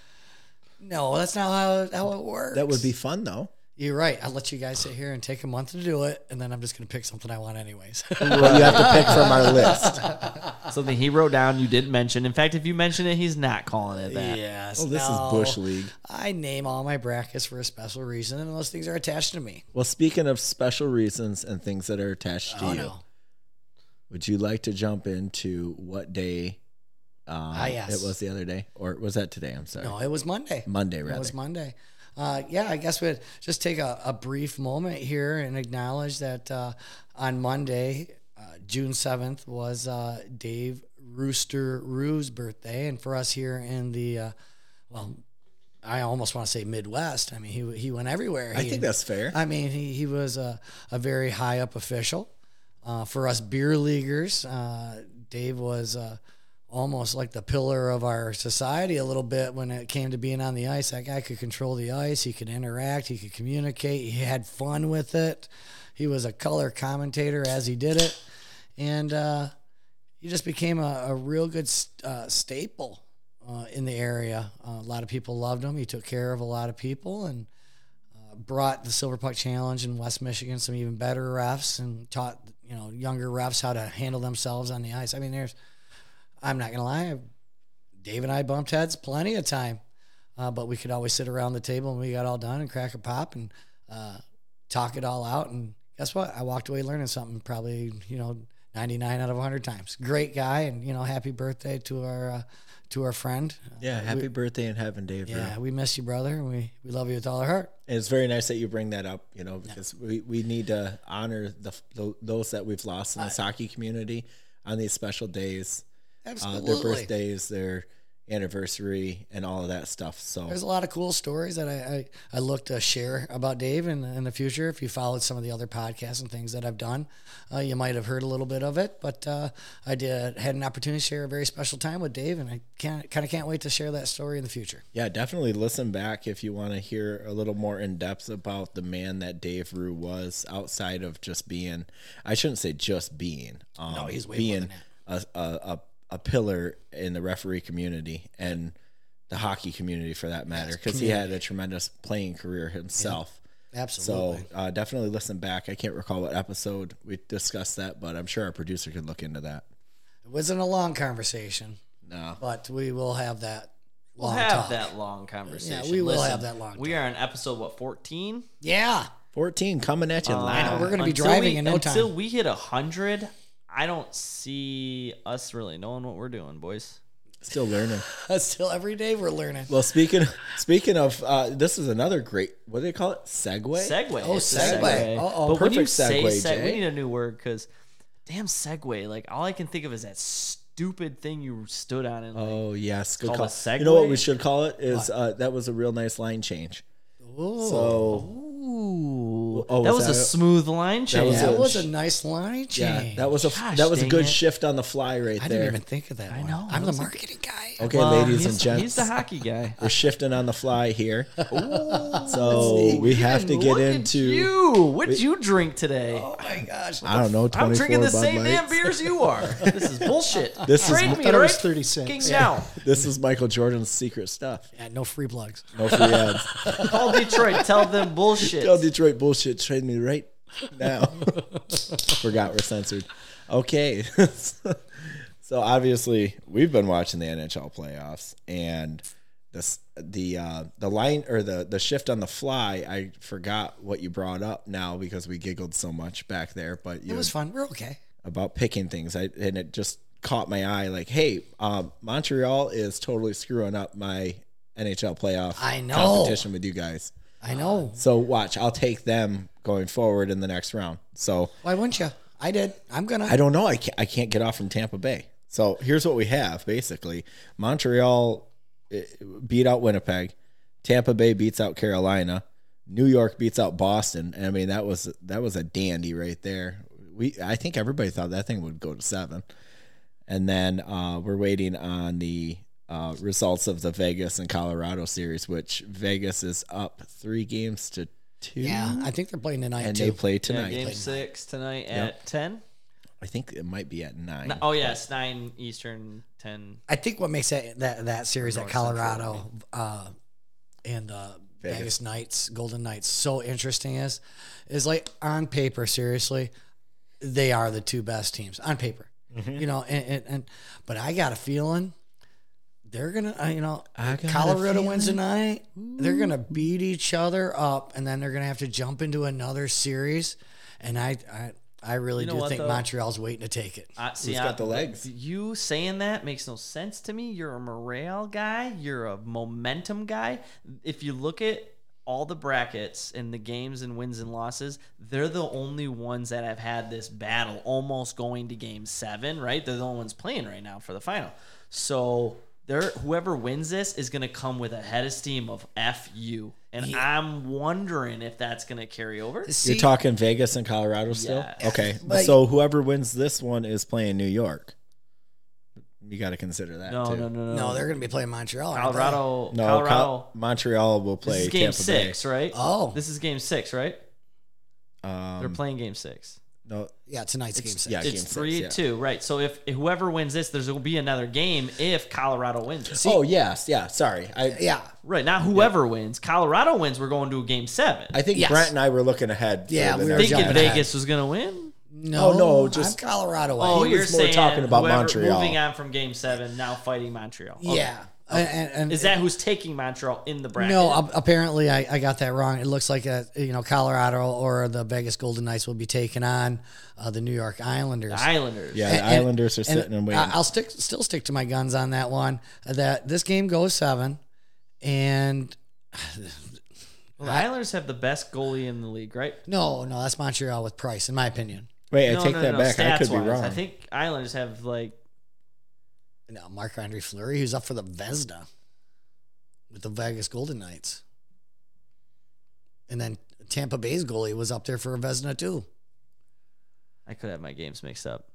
S4: No, that's not how, how it works.
S1: That would be fun though.
S4: You're right. I'll let you guys sit here and take a month to do it, and then I'm just going to pick something I want, anyways.
S1: But you have to pick from our list.
S3: Something he wrote down you didn't mention. In fact, if you mention it, he's not calling it that.
S4: yes.
S1: Oh, this
S4: no.
S1: is bush league.
S4: I name all my brackets for a special reason, and those things are attached to me.
S1: Well, speaking of special reasons and things that are attached to
S4: Oh,
S1: you,
S4: no.
S1: would you like to jump into what day um,
S4: Ah, yes.
S1: it was the other day, or was that today? I'm sorry,
S4: No, it was Monday.
S1: Monday
S4: It
S1: rather.
S4: was Monday. Uh, yeah, I guess we'd just take a, a brief moment here and acknowledge that uh, on Monday, uh, June 7th, was uh, Dave Rooster Rue's birthday. And for us here in the, uh, well, I almost want to say Midwest. I mean, he, he went everywhere.
S1: I
S4: He-
S1: think that's fair.
S4: I mean, he, he was a, a very high up official. Uh, for us beer leaguers, uh, Dave was uh, almost like the pillar of our society a little bit when it came to being on the ice. That guy could control the ice, he could interact, he could communicate, he had fun with it. He was a color commentator as he did it. And uh, he just became a, a real good st- uh, staple uh, in the area. Uh, a lot of people loved him. He took care of a lot of people and brought the Silver Puck Challenge in West Michigan some even better refs and taught you know younger refs how to handle themselves on the ice. I mean, there's I'm not gonna lie, Dave and I bumped heads plenty of time, uh, but we could always sit around the table and we got all done and crack a pop and uh, talk it all out. And guess what? I walked away learning something probably you know 99 out of 100 times. Great guy, and you know happy birthday to our uh, to our friend.
S1: yeah, happy birthday in heaven, Dave. Rowe.
S4: Yeah, we miss you, brother, and we we love you with all our heart.
S1: And it's very nice that you bring that up, you know, because we, we need to honor the, the those that we've lost
S4: Uh,
S1: in this hockey community on these special days, uh, their birthdays, their anniversary, and all of that stuff. So
S4: There's a lot of cool stories that I, I, I look to share about Dave in, in the future. If you followed some of the other podcasts and things that I've done, uh, you might have heard a little bit of it. But uh, I did had an opportunity to share a very special time with Dave, and I can't, kind of can't wait to share that story in the future.
S1: yeah, definitely listen back if you want to hear a little more in depth about the man that Dave Rue was outside of just being. I shouldn't say just being. Um, no,
S4: he's way more
S1: being
S4: than
S1: A, a a a pillar in the referee community and the hockey community for that matter, because he had a tremendous playing career himself.
S4: Absolutely.
S1: So uh, definitely listen back. I can't recall what episode we discussed that, but I'm sure our producer could look into that.
S4: it wasn't a long conversation,
S1: No,
S4: but we will have that.
S3: We'll
S4: Long
S3: have
S4: talk.
S3: that long conversation.
S4: we will
S3: Listen,
S4: have that long
S3: We are on episode what 14?
S4: Yeah.
S1: 14 coming at you
S3: Oh,
S1: live.
S4: we're gonna be
S3: Until
S4: driving
S3: we-
S4: in no
S3: Until
S4: time.
S3: we hit 100, I don't see us really knowing what we're doing, boys.
S1: Still learning.
S4: Still, every day we're learning.
S1: Well, speaking speaking of, uh, this is another great. What do they call it? Segway.
S3: Segway.
S4: Oh,
S3: It's a
S4: segue. Uh-oh.
S3: But when you
S1: Perfect
S3: say
S1: segue,
S3: seg- we
S1: Jay.
S3: need a new word because damn segue. Like all I can think of is that stupid thing you stood on and like,
S1: oh yes, good
S3: Called a
S1: call. You know what
S3: Segway?
S1: we should call it is uh, that was a real nice line change.
S4: Ooh,
S1: So
S3: ooh,
S1: Oh,
S3: that was
S1: was
S3: a
S1: that-
S3: smooth line change.
S1: was
S4: that
S1: a-
S4: was a nice line change.
S1: yeah, that was a
S3: Gosh,
S1: that was a
S3: dang
S1: good
S3: it.
S1: shift on the fly right
S4: I
S1: there.
S4: didn't even think of that. I
S3: know, that
S4: I'm the
S3: was a-
S4: marketing guy.
S1: okay,
S3: Well,
S1: ladies and
S3: he's-
S1: gents,
S3: he's the hockey guy.
S1: we're shifting on the fly here. so we have to get
S3: Look at
S1: into.
S3: you. What would you drink today?
S4: Oh my gosh.
S1: I don't know. 24
S3: I'm drinking the
S1: Bud
S3: same damn
S1: Lights.
S3: beers you are. This is bullshit.
S1: This is-
S3: Trade
S1: I
S3: me
S2: thought it was
S3: right
S2: 36.
S3: fucking now.
S1: This is Michael Jordan's secret stuff.
S4: Yeah, no free plugs.
S1: No free ads.
S3: Call Detroit. Tell them bullshit.
S1: Tell Detroit bullshit. Trade me right now. Forgot we're censored. Okay. so obviously we've been watching the NHL playoffs and this the uh, the line or the the shift on the fly. I forgot what you brought up now because we giggled so much back there. But you
S4: It was fun. We're okay.
S1: about picking things. I and it just caught my eye. Like, hey, um, Montreal is totally screwing up my NHL playoff
S4: I know.
S1: competition with you guys.
S4: I know.
S1: So watch, I'll take them going forward in the next round. So
S4: Why wouldn't you? I did. I'm gonna.
S1: I don't know. I can't, I can't get off from Tampa Bay. So here's what we have basically: Montreal eh, beat out Winnipeg, Tampa Bay beats out Carolina, New York beats out Boston. I mean that was that was a dandy right there. We I think everybody thought that thing would go to seven, and then uh, we're waiting on the. Uh, results of the Vegas and Colorado series, which Vegas is up three games to two,
S4: yeah, I think they're playing tonight
S1: and
S4: too.
S1: they play
S3: Yeah,
S1: tonight.
S3: game six tonight at ten.
S1: I think it might be at nine.
S3: Oh yes, nine Eastern, ten.
S4: I think what makes that that, that series at Colorado uh, and uh, Vegas. Knights, Golden Knights, so interesting is, is like on paper, seriously, they are the two best teams on paper. You know, and, and, and but I got a feeling they're gonna, uh, you know, Colorado wins tonight. They're gonna beat each other up, and then they're gonna have to jump into another series. And I, I, I really
S3: You know
S4: do
S3: what,
S4: think
S3: though?
S4: Montreal's waiting to take it.
S3: I, see,
S1: Who's
S3: I-
S1: got the legs?
S3: You saying that makes no sense to me. You're a morale guy. You're a momentum guy. If you look at all the brackets and the games and wins and losses, they're the only ones that have had this battle almost going to game seven, right? They're the only ones playing right now for the final. So they're, whoever wins this is going to come with a head of steam of F you. And I'm wondering if that's going to carry over.
S4: See,
S1: You're talking Vegas and Colorado still?
S3: Yes.
S1: Okay.
S4: Like-
S1: so whoever wins this one is playing New York. You got to consider that.
S3: No,
S1: too.
S3: no, no, no.
S4: no, they're gonna be playing Montreal. aren't they?
S3: Colorado.
S1: No, Col-
S3: Colorado.
S1: Montreal will play
S3: This is game
S1: Tampa
S3: six, right?
S4: Oh.
S3: This is game six, right?
S1: Bay. Um,
S3: They're playing game six.
S1: No,
S4: Yeah, tonight's game six.
S1: yeah, game
S3: It's
S1: six,
S3: three
S1: yeah.
S3: two, right? So if whoever wins this, there's going to be another game if Colorado wins it.
S1: oh, yes. Yeah. Sorry. I,
S4: Yeah.
S3: Right, not whoever wins. Colorado wins, we're going to a game seven.
S1: I think
S4: Yes.
S1: Brent and I were looking ahead. for the
S4: Yeah, we were
S1: next-
S3: Thinking
S4: jumping ahead.
S3: Vegas was going to win.
S1: Oh,
S4: No,
S1: no, just-
S4: I'm Colorado.
S3: Oh,
S4: way.
S1: was
S3: you're
S1: more
S3: saying
S1: talking about
S3: whoever-
S1: Montreal.
S3: Moving on from game seven, now fighting Montreal. Okay.
S4: yeah. And, and, and-
S3: Is that who's taking Montreal in the bracket?
S4: no? ap- Apparently, I, I got that wrong. It looks like uh you know Colorado or the Vegas Golden Knights will be taking on uh, the New York Islanders.
S3: Islanders.
S1: yeah, the
S4: And- and-
S1: Islanders are
S4: and
S1: sitting and, waiting.
S4: I- I'll stick still stick to my guns on that one. That this game goes seven, and
S3: Well, the Islanders have the best goalie in the league, right?
S4: no, no, that's Montreal with Price, in my opinion.
S1: Wait,
S3: no,
S1: I take
S3: no,
S1: that
S3: no,
S1: back. I could
S3: stats-wise.
S1: be wrong.
S3: I think Islanders have like
S4: No, Mark Andre Fleury, who's up for the Vesna with the Vegas Golden Knights. And then Tampa Bay's goalie was up there for a Vesna too.
S3: I could have my games mixed up.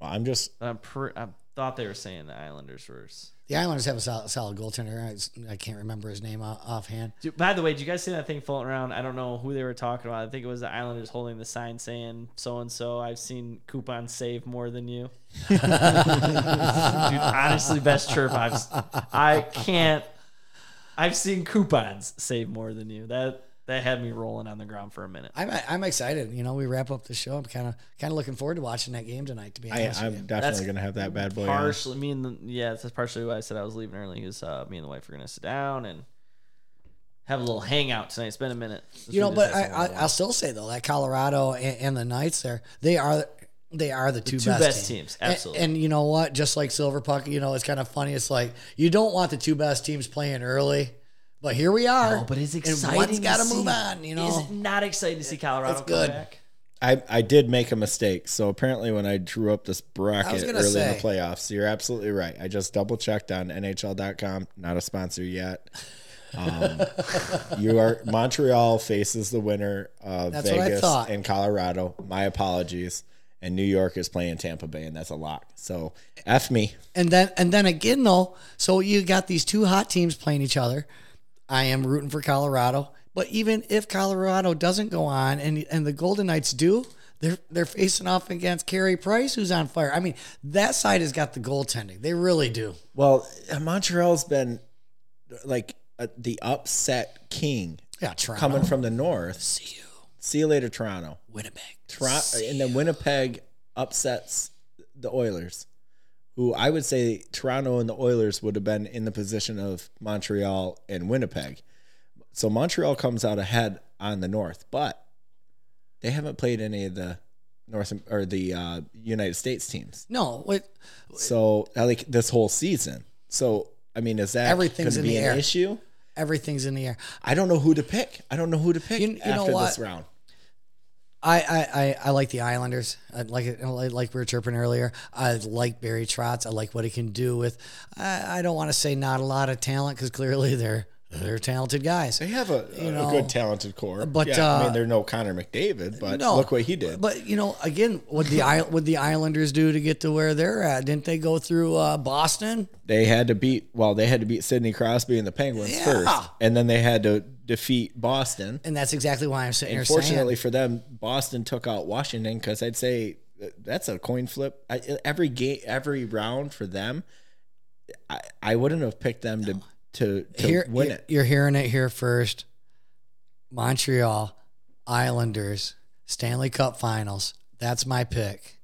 S1: I'm just.
S3: But I'm pre- I thought they were saying the Islanders were. s-
S4: The Islanders have a solid, solid goaltender. I, s- I can't remember his name o- offhand.
S3: Dude, by the way, did you guys see that thing floating around? I don't know who they were talking about. I think it was the Islanders holding the sign saying "so and so." I've seen coupon save more than you. Dude, honestly, best chirp I've. s- I can't. I've seen coupons save more than you. That That had me rolling on the ground for a minute.
S4: I'm I'm excited. You know, we wrap up the show. I'm kind of kind of looking forward to watching that game tonight. To be
S1: I,
S4: honest, with you.
S1: I'm definitely gonna have that bad boy. on.
S3: partially me and the, yeah that's partially why i said i was leaving early because uh, me and the wife are gonna sit down and have a little hangout tonight spend a minute Since
S4: you know,
S3: we
S4: but
S3: just
S4: I,
S3: had
S4: I
S3: some-
S4: I'll still say though that Colorado and, and the Knights there they are they are the two,
S3: two
S4: best,
S3: best
S4: teams.
S3: teams,
S4: A-
S3: absolutely.
S4: And, you know what? Just like Silver Puck, you know, it's kind of funny. It's like you don't want the two best teams playing early, but here we are.
S3: oh, but it's
S4: and
S3: exciting
S4: one's
S3: to
S4: got to
S3: see.
S4: move on. You
S3: is
S4: know,
S3: it not exciting to see colorado
S4: it's
S3: come
S4: good.
S3: back
S1: I, I did make a mistake. So apparently, when I drew up this bracket
S4: gonna
S1: early in
S4: say.
S1: the playoffs, you're absolutely right. I just double checked on NHL.com. Not a sponsor yet. Um, you are Montreal faces the winner of
S4: That's what I
S1: Vegas
S4: thought.
S1: and Colorado. My apologies. And New York is playing Tampa Bay, and that's a lock. So f me.
S4: and then and then again though. So you got these two hot teams playing each other. I am rooting for Colorado, but even if Colorado doesn't go on and and the Golden Knights do, they're they're facing off against Carey Price, who's on fire. I mean, that side has got the goaltending. They really do.
S1: Well, Montreal's been like uh, the upset king
S4: Yeah, Toronto,
S1: coming from the north. See you. See you later, Toronto.
S4: Winnipeg.
S1: Toronto, and then Winnipeg upsets the Oilers, who I would say Toronto and the Oilers would have been in the position of Montreal and Winnipeg. So Montreal comes out ahead on the North, but they haven't played any of the North or the uh, United States teams.
S4: No, wait,
S1: So I like this whole season. So I mean, is that
S4: Everything's
S1: gonna
S4: in
S1: be
S4: the
S1: an
S4: air.
S1: issue?
S4: everything's in the air.
S1: I don't know who to pick. I don't know who to pick
S4: You- you know
S1: after
S4: what?
S1: this round.
S4: I, I, I, I like the Islanders. I like like like we were chirping earlier. I like Barry Trotz. I like what he can do with. I, I don't want to say not a lot of talent because clearly they're they're talented guys.
S1: They have a, a
S4: know,
S1: good talented core,
S4: but,
S1: yeah, I
S4: uh,
S1: mean they're no Connor McDavid, but
S4: No,
S1: look what he did.
S4: But you know, again, what the I- what the Islanders do to get to where they're at? Didn't they go through uh, Boston?
S1: they had to beat well, they had to beat Sidney Crosby and the Penguins
S4: Yeah.
S1: first, and then they had to defeat Boston.
S4: And that's exactly why I'm sitting here
S1: Unfortunately
S4: saying.
S1: for them, Boston took out Washington because I'd say th- that's a coin flip. I, every game, every round for them, I, I wouldn't have picked them to to, to
S4: Here,
S1: win
S4: you-
S1: it.
S4: you're hearing it here first. Montreal Islanders Stanley Cup Finals. That's my pick.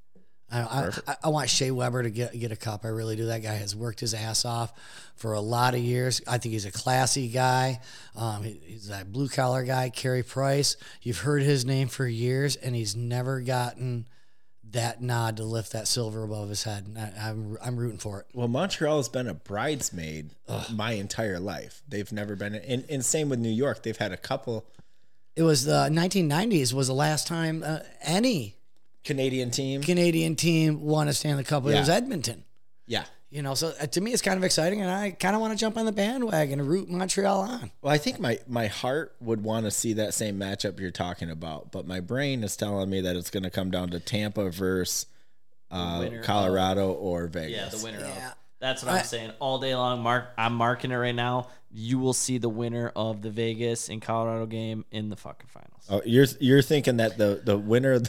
S4: I, I, I- I want Shea Weber to get get a cup. I really do. That guy has worked his ass off for a lot of years. I think he's a classy guy. Um, he- he's that blue collar guy, Carey Price. You've heard his name for years, and he's never gotten that nod to lift that silver above his head. And I, I'm I'm rooting for it.
S1: Well, Montreal has been a bridesmaid my entire life. They've never been, and, and same with New York. They've had a couple
S4: It was the 1990s was the last time uh, any
S1: Canadian team.
S4: Canadian team won a Stanley Cup. It was
S1: Yeah.
S4: Edmonton.
S1: yeah,
S4: You know, so uh, to me, it's kind of exciting, and I kind of want to jump on the bandwagon and root Montreal on.
S1: Well, I think my my heart would want to see that same matchup you're talking about, but my brain is telling me that it's going to come down to Tampa versus uh,
S3: winner of-
S1: Colorado or
S3: yeah
S1: Vegas.
S3: the winner
S4: Yeah.
S3: of that's what I,
S4: I-
S3: am saying all day long mark i'm marking it right now you will see the winner of the vegas and colorado game in the fucking finals
S1: oh, you're you're thinking that the the winner of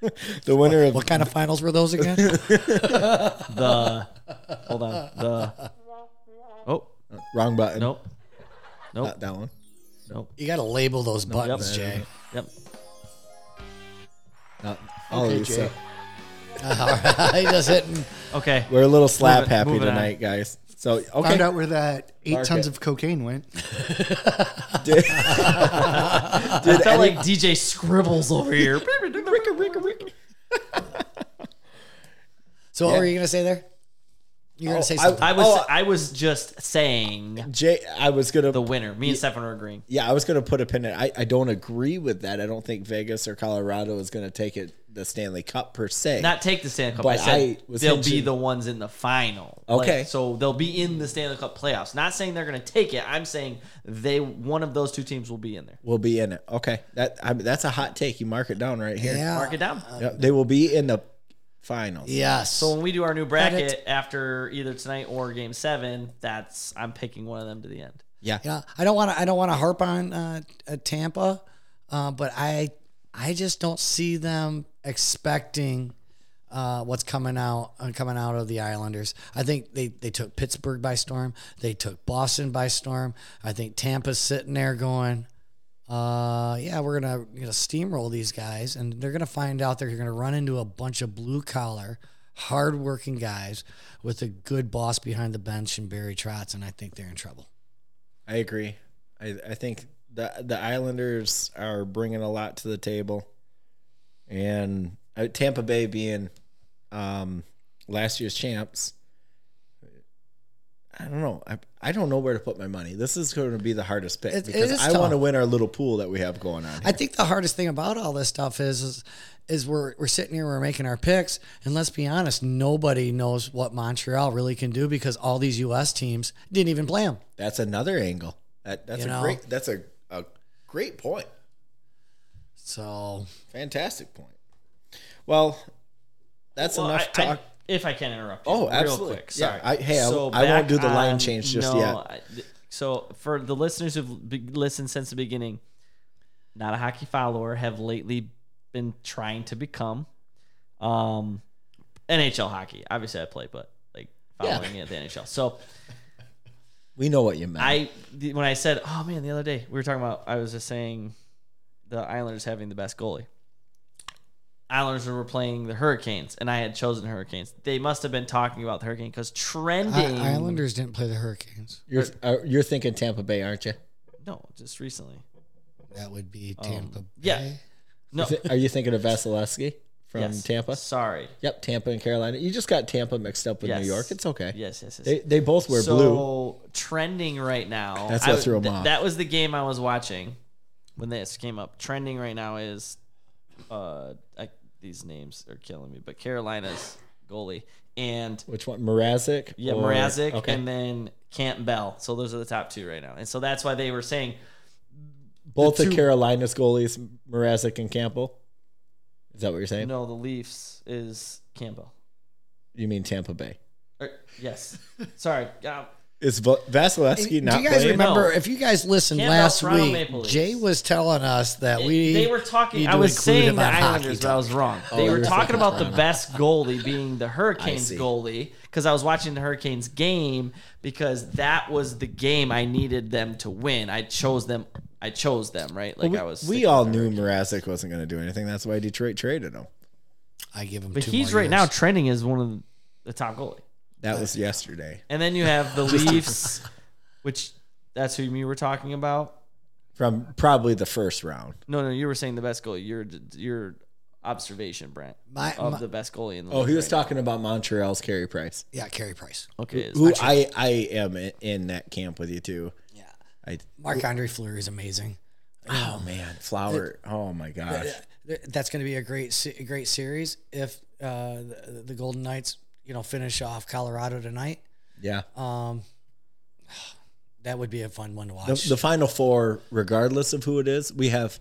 S1: the, the winner of
S4: What kind of finals were those again?
S3: the hold on the oh
S1: wrong button.
S3: nope
S1: Not that one.
S3: nope
S4: you got to label those buttons, Jay.
S3: yep
S1: Not, all these,
S2: Jay.
S1: Oh, so-
S4: he just hitting.
S3: okay
S1: We're a little slap
S3: Moving-
S1: happy
S3: moving on.
S1: tonight, guys. So
S2: Found
S1: okay,
S2: out where that eight
S1: Mark
S2: tons
S1: it.
S2: of cocaine went.
S1: did,
S3: I felt like DJ Scribbles over here.
S4: So, what were you gonna say there? You're gonna say
S1: I-
S4: something.
S3: I was
S1: Oh,
S3: I was just saying
S1: Jay, I was gonna
S3: the winner. Me and Stefan are agreeing.
S1: Yeah, I was going to put a pin in. I, I don't agree with that. I don't think Vegas or Colorado is going to take it the Stanley Cup per se.
S3: Not take the Stanley Cup.
S1: But
S3: I said
S1: I was
S3: they'll be
S1: hinting-
S3: the ones in the final.
S1: Okay.
S3: Like, so they'll be in the Stanley Cup playoffs. Not saying they're going to take it. I'm saying they one of those two teams will be in there.
S1: will be in it. Okay, that I mean, that's a hot take. You mark it down right here.
S4: yeah.
S3: Mark it down.
S1: Yep, they will be in the finals.
S4: Yes.
S3: So when we do our new bracket
S4: Credit.
S3: after either tonight or Game Seven, that's I'm picking one of them to the end.
S1: Yeah.
S4: Yeah, I don't want to. I don't want to harp on uh, uh, Tampa, uh, but I I just don't see them expecting uh, what's coming out uh, coming out of the Islanders. I think they they took Pittsburgh by storm. They took Boston by storm. I think Tampa's sitting there going, uh, yeah, we're gonna, you know, steamroll these guys, and they're gonna find out they're gonna run into a bunch of blue collar, hardworking guys with a good boss behind the bench and Barry Trotz, and I think they're in trouble.
S1: I agree. I, I think the the Islanders are bringing a lot to the table, and uh, Tampa Bay being um, last year's champs. I don't know. I, I don't know where to put my money. This is going to be the hardest pick
S4: It- it
S1: because
S4: is
S1: I want to
S4: tough.
S1: win our little pool that we have going on.
S4: I think the hardest thing about all this stuff is, is, is we're we're sitting here, we're making our picks, and let's be honest, nobody knows what Montreal really can do because all these U.S. teams didn't even play them.
S1: That's another angle. That that's
S4: You
S1: a
S4: know?
S1: great that's a, a great point.
S4: So
S1: Fantastic point. Well, that's
S5: Well,
S1: enough
S5: I- I-
S1: talk.
S5: if I can interrupt you.
S1: Oh,
S5: Real
S1: absolutely.
S5: quick.
S1: Yeah,
S5: Sorry.
S1: I- hey, I- I won't
S5: back
S1: do the line change just yet.
S5: I- th- so for the listeners who've be- listened since the beginning, not a hockey follower, have lately been trying to become um, NHL hockey. Obviously, I play, but like following it at the NHL. So
S1: we know what you meant.
S5: I the- when I said, oh man, the other day we were talking about. I was just saying, the Islanders having the best goalie. Islanders were playing the Hurricanes, and I had chosen Hurricanes. They must have been talking about the Hurricane because trending.
S4: I- Islanders didn't play the Hurricanes.
S1: you're uh, you're thinking Tampa Bay, aren't you?
S5: No, just recently.
S4: That would be Tampa.
S5: yeah.
S4: Bay.
S5: No.
S1: Is it- Are you thinking of Vasilevsky from
S5: yes.
S1: Tampa?
S5: Sorry.
S1: Yep, Tampa and Carolina. You just got Tampa mixed up with
S5: Yes.
S1: New York. It's okay.
S5: Yes, yes, yes.
S1: They, they both wear
S5: so
S1: blue.
S5: trending right now.
S1: That's what
S5: I-
S1: threw 'em
S5: th-
S1: off.
S5: That was the game I was watching when this came up. Trending right now is, uh, I, these names are killing me. But Carolina's goalie and
S1: Which one? Mrazek?
S5: yeah,
S1: or-
S5: Mrazek
S1: Okay.
S5: and then Camp Bell. So those are the top two right now, and so that's why they were saying
S1: both the,
S5: two-
S1: Carolinas goalies, Mrazek and Campbell. Is that what you're saying?
S5: no, the Leafs is Campbell.
S1: You mean Tampa Bay?
S5: Er, yes, sorry. Um,
S1: Is Va- Vasilevsky not
S4: do you guys
S1: playing?
S4: remember?
S5: No.
S4: If you guys listened
S5: Can't about
S4: last
S5: Toronto
S4: week,
S5: Maple Leafs.
S4: Jay was telling us that
S5: It-
S4: we
S5: they were talking.
S4: need
S5: I
S4: to
S5: was
S4: include
S5: saying the
S4: about hockey Oh,
S5: Islanders, but I was wrong. They
S1: you
S5: were
S1: were
S5: talking
S1: thinking
S5: about the best goalie being the Hurricanes goalie because I was watching the Hurricanes game because that was the game I needed them to win. I chose them. I chose them. Right? Like I was.
S1: we all knew Mrazek wasn't going to do anything. That's why Detroit traded him.
S4: I give him.
S5: but
S4: two
S5: he's
S4: more
S5: right now
S4: years.
S5: trending as one of the top goalie.
S1: That was yesterday.
S5: And then you have the Leafs, which that's who you were talking about.
S1: From probably the first round.
S5: No, no, you were saying the best goalie. Your your observation, Brent,
S4: My-
S5: of
S4: my-
S5: the best goalie in the
S1: Oh,
S5: league
S1: he was
S5: right
S1: talking about Montreal's Carey Price.
S4: Yeah, Carey Price,
S5: now. Okay, is-
S1: Who I, I am i- in that camp with you too. Yeah. I
S4: Mark Andre Fleury is amazing.
S1: oh man, Flower. Oh my gosh.
S4: Th- That's going to be a great, se- a great series if uh, the, the Golden Knights, you know, finish off Colorado tonight.
S1: Yeah.
S4: Um, that would be a fun one to watch.
S1: The, the final four, regardless of who it is, we have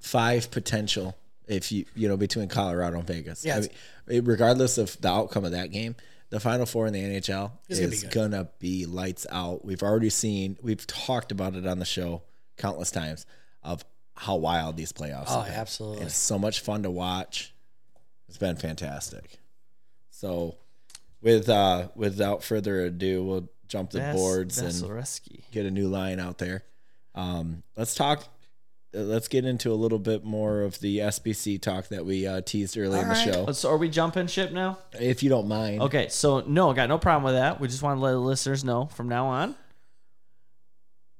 S1: five potential. If you you know between Colorado and Vegas, I
S4: Yes.
S1: mean, it- regardless of the outcome of that game, the final four in the NHL
S4: It's gonna be
S1: is
S4: good.
S1: gonna be lights out. We've already seen, we've talked about it on the show countless times of how wild these playoffs.
S4: oh,
S1: have been.
S4: absolutely.
S1: It's so much fun to watch. It's been fantastic. So, with uh, without further ado, we'll jump the
S5: Vas-
S1: boards and
S5: Vasilevsky.
S1: get a new line out there. Um, let's talk. uh, Let's get into a little bit more of the SBC talk that we uh, teased early in the
S4: All right.
S1: show,
S5: Oh, So are we jumping ship now?
S1: if you don't mind.
S5: Okay, so no, I got no problem with that. We just want to let the listeners know from now on.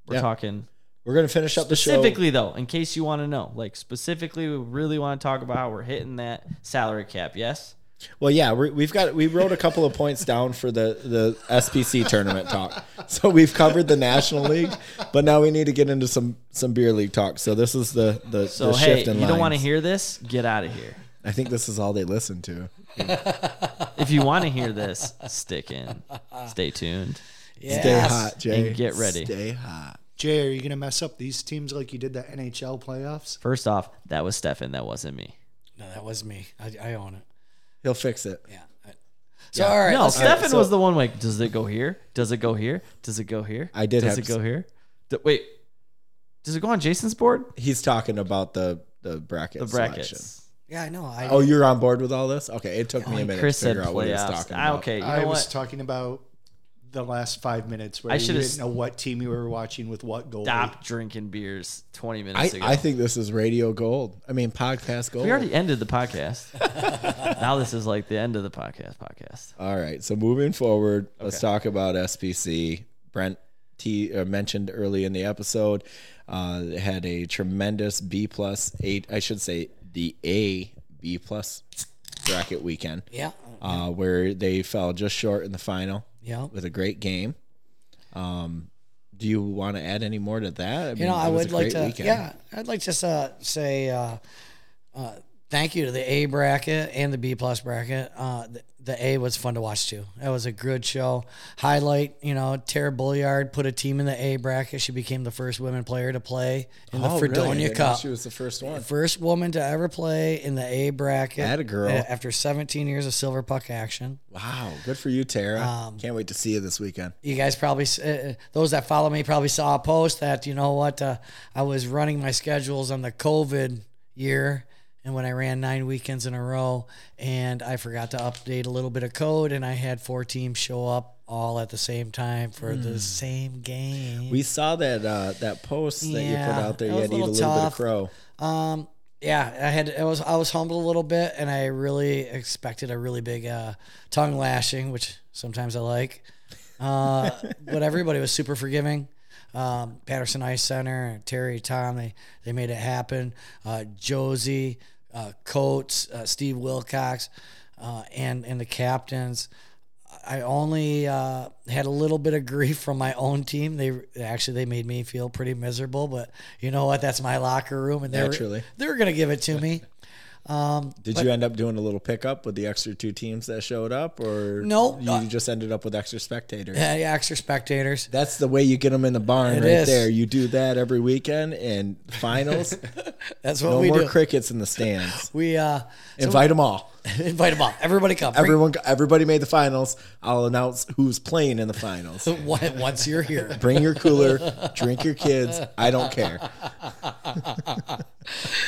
S5: We're
S1: Yeah.
S5: talking
S1: We're gonna finish up the show.
S5: specifically though, in case you want to know. Like specifically, we really want to talk about how we're hitting that salary cap. Yes.
S1: Well, yeah, we we've got we wrote a couple of points down for the the SPC tournament talk. So we've covered the National League, but now we need to get into some some beer league talk. So this is the the,
S5: So
S1: the
S5: hey,
S1: shift
S5: you
S1: in
S5: don't
S1: lines.
S5: want to hear this? Get out of here.
S1: I think this is all they listen to.
S5: If you want to hear this, stick in. Stay tuned.
S4: Yes.
S1: Stay hot, Jay.
S5: And get ready.
S1: Stay hot.
S2: Jay, are you going to mess up these teams like you did the NHL playoffs?
S5: First off, that was Stefan. That wasn't me.
S4: No, that was me. I, I own it.
S1: He'll fix it.
S4: Yeah. I- So all right,
S5: No,
S4: let's-
S5: Stefan
S1: so-
S5: was the one like, does it go here? Does it go here? Does it go here?
S1: I did
S5: Does
S1: have
S5: it go here? D- wait, does it go on Jason's board?
S1: He's talking about the the bracket.
S5: The
S1: selection.
S5: brackets.
S4: yeah, I know. I,
S1: Oh, you're on board with all this? Okay, it took me a minute
S5: Chris
S1: to
S5: said
S1: figure out what he was
S5: playoffs.
S1: talking
S5: Ah,
S1: about.
S5: okay, you know
S2: I was
S5: what?
S2: talking about the last five minutes where
S3: I
S2: you
S3: should've
S2: didn't
S3: s-
S2: know what team you were watching with what goal.
S3: Stop drinking beers 20 minutes
S1: I,
S3: ago.
S1: I think this is radio gold. I mean, podcast gold.
S3: we already ended the podcast. now this is like the end of the podcast. Podcast.
S1: All right. So moving forward, let's talk about SPC. Brent T uh, mentioned early in the episode uh, it had a tremendous B plus eight. I should say the A B plus bracket weekend
S4: Yeah.
S1: uh, where they fell just short in the final
S4: Yeah.
S1: with a great game. Um, do you want to add any more to that? I
S4: You know, I would like to.
S1: Weekend.
S4: Yeah, I'd like to just uh, say uh, uh, thank you to the A bracket and the B plus bracket. Uh, the, the A was fun to watch too. That was a good show. Highlight, you know, Tara Bulliard put a team in the A bracket. She became the first women player to play in the
S1: Oh, really? I
S4: Fredonia
S1: didn't know
S4: Cup.
S1: She was the first one.
S4: First woman to ever play in the A bracket.
S1: Atta girl.
S4: uh, After 17 years of silver puck action.
S1: Wow. Good for you, Tara.
S4: Um,
S1: Can't wait to see you this weekend.
S4: you guys probably uh, those that follow me probably saw a post that you know what uh, I was running my schedules on the COVID year and when I ran nine weekends in a row and I forgot to update a little bit of code and I had four teams show up all at the same time for the same game.
S1: We saw that uh, that post that you
S4: Yeah,
S1: put out there.
S4: that
S1: You
S4: was
S1: had to
S4: a
S1: eat a
S4: little
S1: little bit of
S4: tough.
S1: crow.
S4: Um, yeah, I had I was I was humbled a little bit, and I really expected a really big uh, tongue lashing, which sometimes I like. Uh, but everybody was super forgiving. Um, Patterson Ice Center, Terry, Tom, they they made it happen. Uh, Josie, uh, Coates, uh, Steve Wilcox, uh, and and the captains. I only uh, had a little bit of grief from my own team. They actually they made me feel pretty miserable, but you know what? That's my locker room, and they
S1: Naturally.
S4: were they were gonna give it to me.
S1: Did you end up doing a little pickup with the extra two teams that showed up, or
S4: No,
S1: You
S4: uh,
S1: just ended up with extra spectators.
S4: Yeah, yeah, extra spectators.
S1: That's the way you get them in the barn
S4: It
S1: right
S4: is.
S1: there. You do that every weekend and finals.
S4: That's what
S1: no
S4: we
S1: more
S4: do.
S1: crickets in the stands.
S4: we uh,
S1: Invite them all.
S4: invite them all. Everybody come. Bring-
S1: Everyone, everybody made the finals. I'll announce who's playing in the finals.
S4: One- once you're here.
S1: Bring your cooler, drink your kids. I don't care.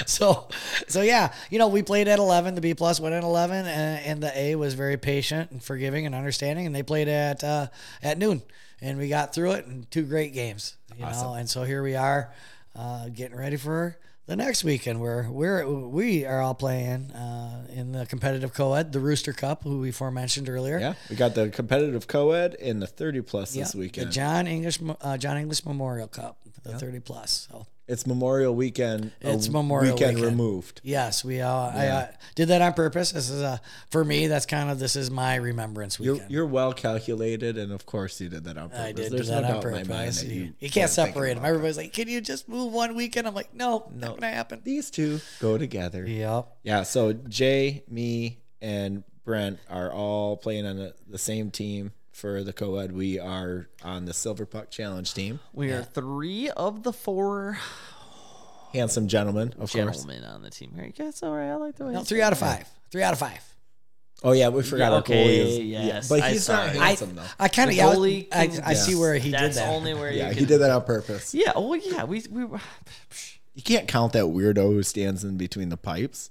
S4: so so yeah you know we played at 11 the b plus went at 11 and, and the a was very patient and forgiving and understanding and they played at uh, at noon and we got through it in two great games you know and so here we are uh, getting ready for the next weekend where we're we are all playing uh, in the competitive co-ed the rooster cup who we aforementioned earlier
S1: Yeah, we got the competitive co-ed and the thirty plus this
S4: Yeah,
S1: weekend.
S4: the john english Mo- uh, john english memorial cup the 30 plus so
S1: It's Memorial Weekend. a
S4: It's Memorial
S1: weekend,
S4: Weekend.
S1: removed.
S4: Yes, we uh, I uh, did that on purpose. This is uh, for me. That's kind of this is my remembrance
S1: You're,
S4: weekend.
S1: you're well calculated, and of course you did that on purpose.
S4: I did do
S1: There's
S4: that
S1: no
S4: on
S1: doubt in my mind
S4: purpose.
S1: that
S4: You,
S1: you,
S4: you can't separate them. Everybody's like, "Can you just move one weekend?" I'm like, "No,
S1: No.
S4: not gonna happen."
S1: these two go together. Yeah.
S4: Yep.
S1: So Jay, me, and Brent are all playing on the, the same team for the co-ed. We are on the Silver Puck Challenge team.
S3: We are three of the four
S1: Handsome gentlemen, of course.
S3: gentlemen on the team. Are you guys all right? I like the way.
S4: No,
S3: you
S4: three out of five. Three out of five.
S1: Oh yeah, we forgot
S3: Yeah,
S1: our goalie is.
S3: okay, yes,
S1: but
S3: I
S1: he's
S3: saw
S1: not
S3: it.
S1: handsome though.
S4: I kind of
S3: The
S4: yeah. I was-
S3: goalie
S4: I,
S3: can-
S4: I see where he
S3: That's
S4: did that.
S3: only where
S1: Yeah,
S3: you
S1: he
S3: can,
S1: did that on purpose.
S3: Yeah. Oh yeah. We we were.
S1: You can't count that weirdo who stands in between the pipes.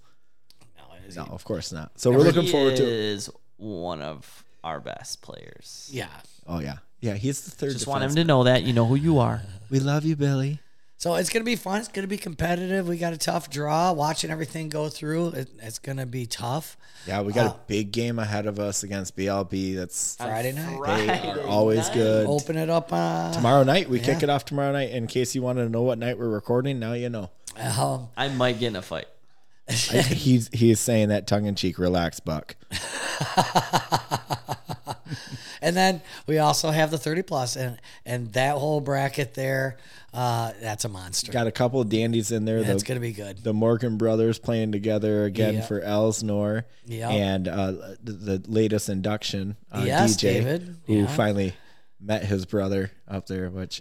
S1: No, of course not. So we're looking
S3: he
S1: forward to.
S3: Is one of our best players.
S4: yeah.
S1: Oh yeah, yeah. He's the third.
S3: Just want him
S1: defenseman.
S3: to know that you know who you are.
S1: We love you, Billy.
S4: So it's gonna be fun. It's gonna be competitive. We got a tough draw. Watching everything go through, it, it's gonna be tough.
S1: Yeah, we got
S3: Ah.
S1: a big game ahead of us against BLB. That's
S4: Friday night.
S1: they are always
S3: night.
S1: good.
S4: Open it up. Uh,
S1: Tomorrow night we kick it off. Tomorrow night, in case you wanted to know what night we're recording, now you know.
S4: um,
S3: I might get in a fight.
S1: I- he's he's saying that tongue in cheek. Relax, Buck.
S4: And then we also have the 30 plus and and that whole bracket there, uh, that's a monster.
S1: Got a couple of dandies in there.
S4: That's
S1: the,
S4: gonna be good.
S1: the Morgan brothers playing together again
S4: Yeah.
S1: for Elsnor.
S4: Yeah.
S1: And uh, the, the latest induction, uh,
S4: Yes,
S1: DJ,
S4: David.
S1: who
S4: Yeah.
S1: finally met his brother up there, which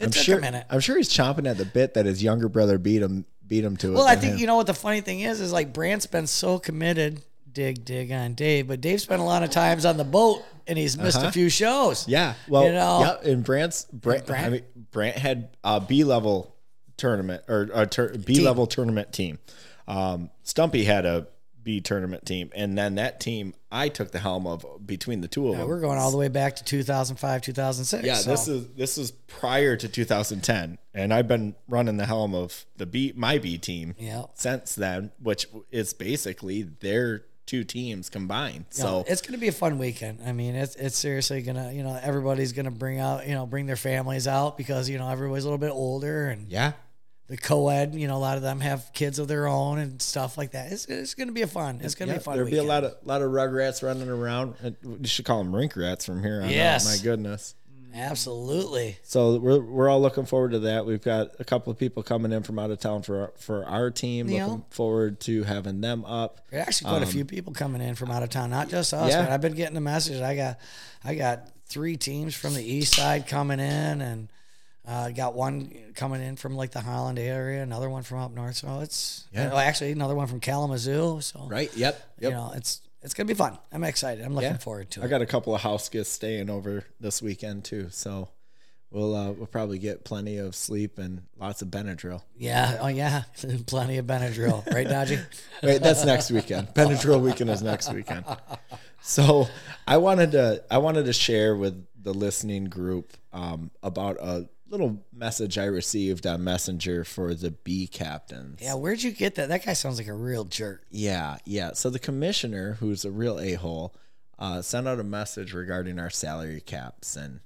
S4: It
S1: I'm
S4: took a
S1: sure
S4: minute.
S1: I'm sure he's chomping at the bit that his younger brother beat him beat him to it.
S4: Well, I
S1: than
S4: think
S1: him.
S4: you know what the funny thing is is like Brant's been so committed, dig dig on Dave, but Dave spent a lot of times on the boat and he's missed a few shows.
S1: Uh-huh. Yeah. Well,
S4: You know?
S1: yeah. And Brant's Brant,
S4: Brant?
S1: I mean, Brant had a B level tournament or a tur- B level tournament team. Um, Stumpy had a B tournament team, and then that team I took the helm of between the two of
S4: Yeah,
S1: them.
S4: we're going all the way back to 2005, 2006.
S1: Yeah,
S4: so-
S1: this is this is prior to 2010, and I've been running the helm of the B my B team
S4: Yeah.
S1: since then, which is basically their two teams combined.
S4: So
S1: So
S4: it's going to be a fun weekend. I mean, it's it's seriously going to, you know, everybody's going to bring out, you know, bring their families out because, you know, everybody's a little bit older and
S6: Yeah.
S4: the co-ed, you know, a lot of them have kids of their own and stuff like that. It's, it's going to be a fun. It's going to
S1: yeah,
S4: be a fun.
S1: there'll be a lot
S4: weekend.
S1: of lot of rugrats running around. Uh, You should call them rink rats from here on
S5: Yes.
S1: out. My goodness.
S4: Absolutely.
S1: So we're we're all looking forward to that. We've got a couple of people coming in from out of town for our, for our team.
S4: Yeah.
S1: Looking forward to having them up.
S4: There are actually quite a few people coming in from out of town, not just us.
S1: Um, Yeah.
S4: But I've been getting the message. I got, I got three teams from the east side coming in, and uh, got one coming in from like the Highland area, another one from up north. So it's yeah. actually another one from Kalamazoo. So
S1: Right. Yep.
S4: you know, it's it's gonna be fun. I'm excited. I'm looking forward to it.
S1: I got a couple of house guests staying over this weekend too, so we'll uh, we'll probably get plenty of sleep and lots of Benadryl.
S4: yeah. Oh yeah. Plenty of Benadryl, right, Dodgy?
S1: Wait, that's next weekend. Benadryl weekend is next weekend. So I wanted to I wanted to share with the listening group um, about a little message I received on Messenger for the B captains.
S4: yeah. Where'd you get that? That guy sounds like a real jerk.
S1: Yeah, yeah. So the commissioner, who's a real a hole, uh, sent out a message regarding our salary caps, and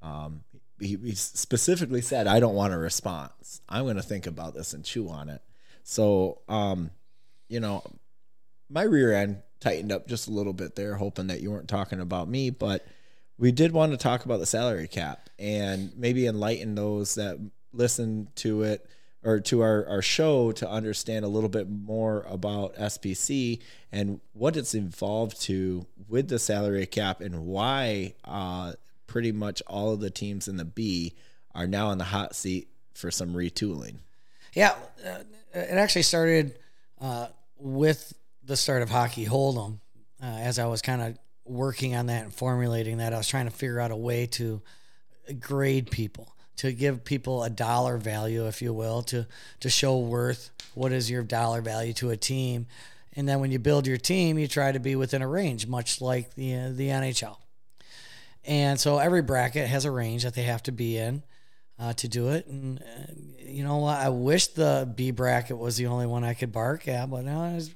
S1: um, he, he specifically said, "I don't want a response. I'm going to think about this and chew on it." So, um, you know, my rear end tightened up just a little bit there, hoping that you weren't talking about me, but we did want to talk about the salary cap and maybe enlighten those that listen to it or to our, our show to understand a little bit more about SPC and what it's involved to with the salary cap and why uh, pretty much all of the teams in the B are now in the hot seat for some retooling.
S4: Yeah, uh, it actually started uh, with the start of Hockey Hold'em. Uh, as I was kind of working on that and formulating that, I was trying to figure out a way to grade people, to give people a dollar value, if you will, to to show worth. What is your dollar value to a team? And then when you build your team, you try to be within a range, much like the uh, the NHL. And so every bracket has a range that they have to be in uh, to do it. And uh, you know what? I wish the B bracket was the only one I could bark at, but now it's,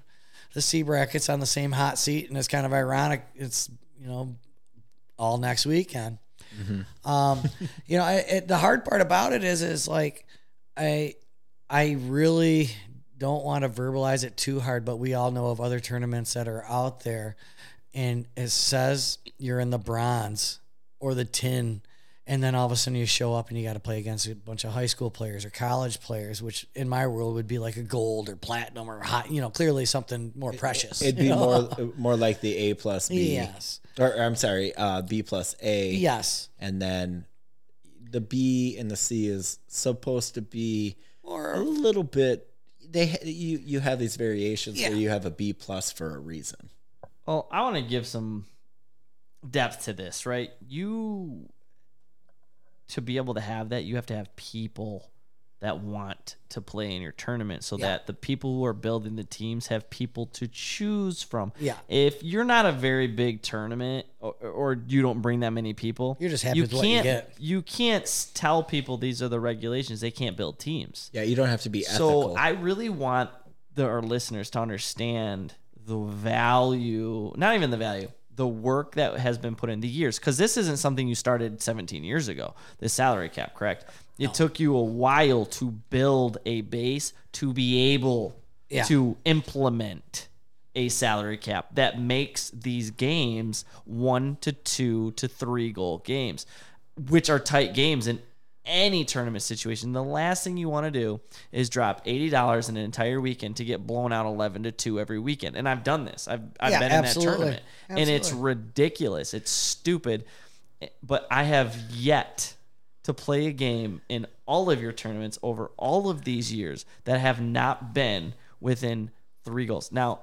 S4: the C bracket's on the same hot seat, and it's kind of ironic. It's you know all next weekend.
S1: Mm-hmm.
S4: Um, you know, I, it, the hard part about it is, is like I, I really don't want to verbalize it too hard, but we all know of other tournaments that are out there, and it says you're in the bronze or the tin, and then all of a sudden you show up and you got to play against a bunch of high school players or college players, which in my world would be like a gold or platinum or hot, you know, clearly something more precious.
S1: It'd be more more like the A plus B.
S4: yes,
S1: Or I'm sorry, uh, B plus A.
S4: yes,
S1: and then the B and the C is supposed to be
S4: or
S1: a little bit. They you you have these variations
S4: Yeah.
S1: where you have a B plus for a reason.
S5: Well, Oh, I want to give some depth to this, right? You to be able to have that, you have to have people that want to play in your tournament so that the people who are building the teams have people to choose from.
S4: Yeah.
S5: If you're not a very big tournament or, or you don't bring that many people,
S4: You're just happy with what you
S5: can't,
S4: get.
S5: You can't s- tell people these are the regulations. They can't build teams.
S1: Yeah, you don't have to be ethical.
S5: So I really want the, our listeners to understand the value, not even the value, the work that has been put in the years. Because this isn't something you started 17 years ago, the salary cap, correct? It took you a while to build a base to be able
S4: Yeah.
S5: to implement a salary cap that makes these games one to two to three goal games, which are tight games in any tournament situation. The last thing you want to do is drop eighty dollars in an entire weekend to get blown out eleven to two every weekend. And I've done this. I've I've
S4: Yeah,
S5: been
S4: absolutely.
S5: in that tournament, and it's ridiculous. It's stupid, but I have yet to play a game in all of your tournaments over all of these years that have not been within three goals. Now,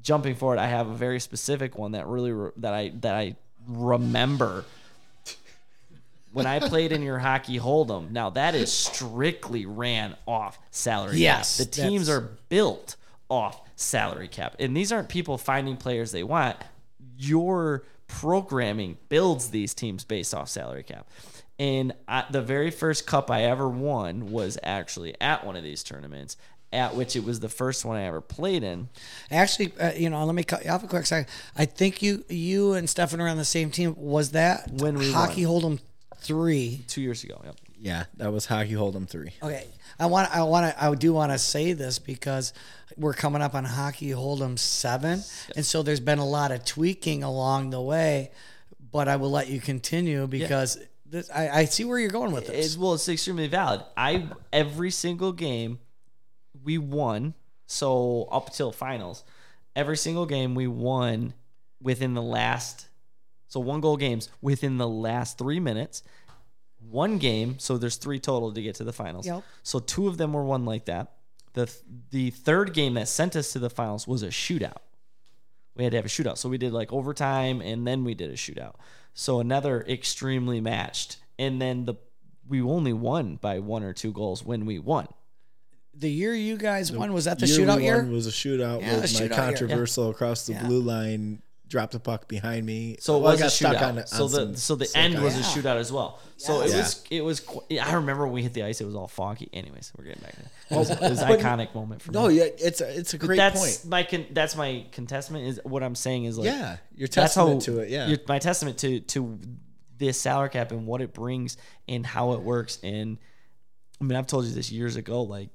S5: jumping forward, I have a very specific one that really re- that I that I remember when I played in your hockey hold'em. Now that is strictly ran off salary. cap.
S4: Yes,
S5: the teams
S4: that's-
S5: are built off salary cap. And these aren't people finding players they want. Your programming builds these teams based off salary cap. And I, the very first cup I ever won was actually at one of these tournaments, at which it was the first one I ever played in.
S4: Actually, uh, you know, let me cut you off a quick second. I think you you and Stefan are on the same team. Was that
S5: When we
S4: hockey hold'em three?
S5: two years ago. Yep.
S1: Yeah, that was hockey hold'em three.
S4: Okay, I want I want to I do want to say this because we're coming up on hockey hold'em seven, and so there's been a lot of tweaking along the way. But I will let you continue because this, I, I see where you're going with this.
S5: It's, well, it's extremely valid. I every single game we won, so up till finals, every single game we won within the last so one goal games within the last three minutes. One game, so there's three total to get to the finals.
S4: Yep.
S5: So two of them were won like that. The the third game that sent us to the finals was a shootout. we had to have a shootout. So we did like overtime and then we did a shootout. So another extremely matched. And then the we only won by one or two goals when we won.
S4: the year you guys won was that the
S1: Year we
S4: shootout
S1: won
S4: year?
S1: was a shootout
S4: Yeah,
S1: with
S4: the
S1: my
S4: shootout year.
S1: controversial across the
S4: Yeah.
S1: blue line, dropped the puck behind me.
S5: So it
S1: Well, I
S5: was a
S1: got stuck
S5: shootout.
S1: on it-
S5: so
S1: on
S5: the
S1: some-
S5: so the
S1: some
S5: end
S1: guy.
S5: was a
S4: Yeah.
S5: shootout as well. So it
S1: Yeah.
S5: was it was. qu- I remember when we hit the ice, it was all foggy. Anyways, we're getting back to that. It was, it was an iconic moment for
S1: No,
S5: me.
S1: Oh, yeah, it's a, it's a great
S5: that's
S1: point.
S5: my con- that's my contestment. Is what I'm saying is like
S1: Yeah, you're testament to it. Yeah,
S5: you're- my testament to to this salary cap and what it brings and how it works. And I mean, I've told you this years ago. Like,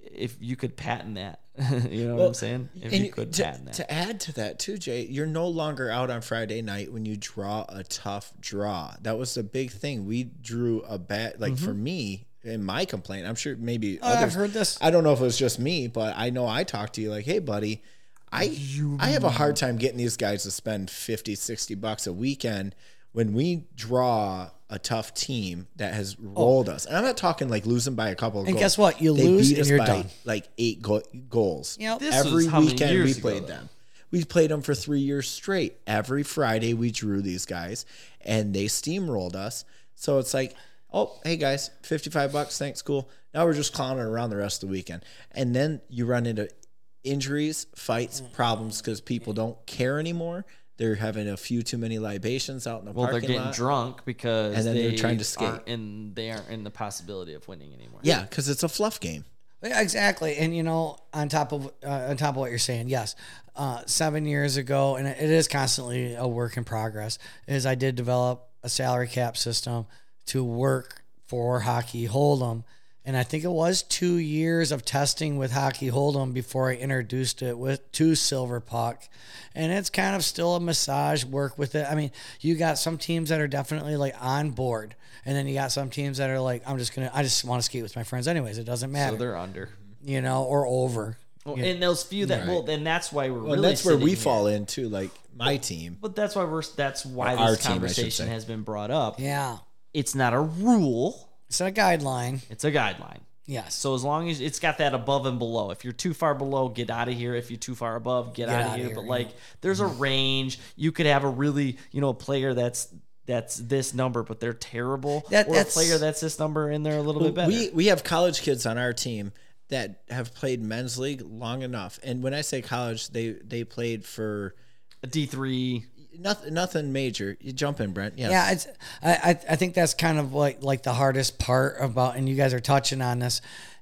S5: if you could patent that, you know what I'm saying? If
S1: and
S5: you could
S1: to,
S5: patent that,
S1: to add to that too, Jay, you're no longer out on Friday night when you draw a tough draw. That was the big thing. We drew a bad like for
S5: Mm-hmm.
S1: me in my complaint. I'm sure maybe
S4: Oh, I've
S1: others-
S4: heard this.
S1: I don't know if it was just me, but I know I talked to you like, hey, buddy, I I have a hard time getting these guys to spend 50, 60 bucks a weekend when we draw a tough team that has rolled us. And I'm not talking like losing by a couple of
S4: Oh. And
S1: goals.
S4: guess what? You lose and you're done.
S1: like eight go- goals.
S4: Yep.
S5: This was
S1: Every
S5: how many
S1: weekend
S5: years
S1: we
S5: ago,
S1: played
S5: though?
S1: them. We played them for three years straight. Every Friday we drew these guys and they steamrolled us. So it's like, oh, hey guys, 55 bucks. Thanks. Cool. Now we're just clowning around the rest of the weekend. And then you run into injuries, fights,
S5: Mm.
S1: problems because people don't care anymore. They're having a few too many libations out in the
S5: well, they're
S1: parking
S5: getting
S1: lot.
S5: drunk because
S1: And then
S5: they
S1: they're trying to skate.
S5: aren't in they aren't in the possibility of winning anymore.
S1: Yeah, because it's a fluff game.
S4: Yeah, exactly, and you know, on top of uh, on top of what you're saying, yes, uh, seven years ago, and it is constantly a work in progress. Is I did develop a salary cap system to work for Hockey Hold'em, and I think it was two years of testing with Hockey Hold'em before I introduced it with to Silver Puck, and it's kind of still a massage work with it. I mean, you got some teams that are definitely like on board, and then you got some teams that are like, I'm just gonna, I just want to skate with my friends, anyways. It doesn't matter
S5: so they're under.
S4: you know, or over.
S5: Well, And those few that well, then that's why we're
S1: Well,
S5: really
S1: and that's where
S5: sitting
S1: we
S5: here.
S1: fall into, like my team.
S5: But that's why we're that's why
S1: Or our
S5: this
S1: team, I should
S5: conversation
S1: say.
S5: has been brought up.
S4: Yeah.
S5: It's not a rule;
S4: It's a guideline.
S5: it's a guideline.
S4: Yes.
S5: So as long as it's got that above and below. If you're too far below, get out of here. If you're too far above, get, out of
S4: outta
S5: here.
S4: here,
S5: But
S4: yeah. Mm-hmm.
S5: like there's a range. You could have a really, you know, a player that's that's this number, but they're terrible.
S4: That-
S5: or
S4: that's-
S5: a player that's this number and they're a little bit better.
S1: We we have college kids on our team that have played men's league long enough, and when I say college, they they played for
S5: a D three.
S1: nothing nothing major. You jump in, Brent. Yes.
S4: Yeah, it's, I, I I think that's kind of like like the hardest part about, and you guys are touching on this,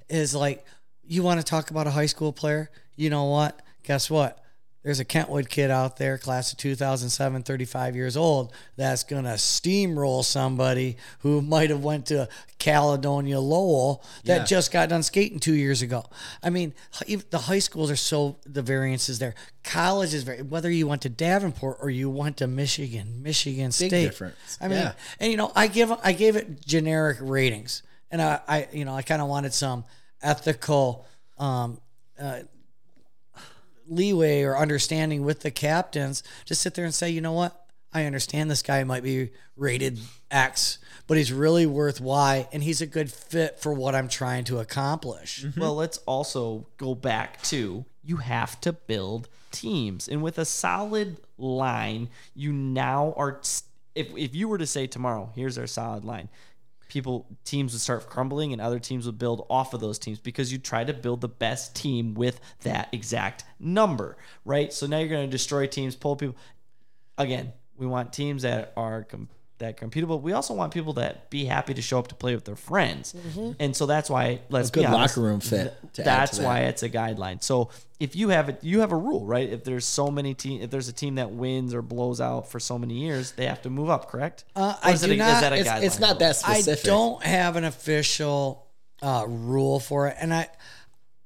S4: is like you want to talk about a high school player. You know what? Guess what? There's a Kentwood kid out there, class of 2007, 35 years old, that's gonna steamroll somebody who might have went to Caledonia Lowell that just got done skating two years ago. I mean, h- even the high schools are so the variance is there. College is very whether you went to Davenport or you went to Michigan, Michigan State.
S1: difference.
S4: I mean,
S1: Yeah.
S4: and you know, I give I gave it generic ratings, and I, I you know, I kind of wanted some ethical um, uh, leeway or understanding with the captains to sit there and say, you know what, I understand this guy might be rated X, but he's really worth Y, and he's a good fit for what I'm trying to accomplish.
S5: Well, let's also go back to you have to build teams. And with a solid line, you now are. If, if you were to say tomorrow, here's our solid line, people teams would start crumbling and other teams would build off of those teams because you try to build the best team with that exact number, right? So now you're going to destroy teams, pull people. Again, we want teams that are com- that compete, but we also want people that be happy to show up to play with their friends, and so that's why let's
S1: Good
S5: be honest,
S1: locker room fit. to add to
S5: that's
S1: that.
S5: why it's a guideline. So if you have it, you have a rule, right? If there's so many team, if there's a team that wins or blows out for so many years, they have to move up, correct?
S4: Uh,
S5: Or
S4: I
S5: is
S4: do
S5: it a- is
S4: not-
S5: that a
S1: It's, it's
S5: guideline
S1: not
S5: rule?
S1: that
S4: I
S1: specific.
S4: don't have an official uh, rule for it, and I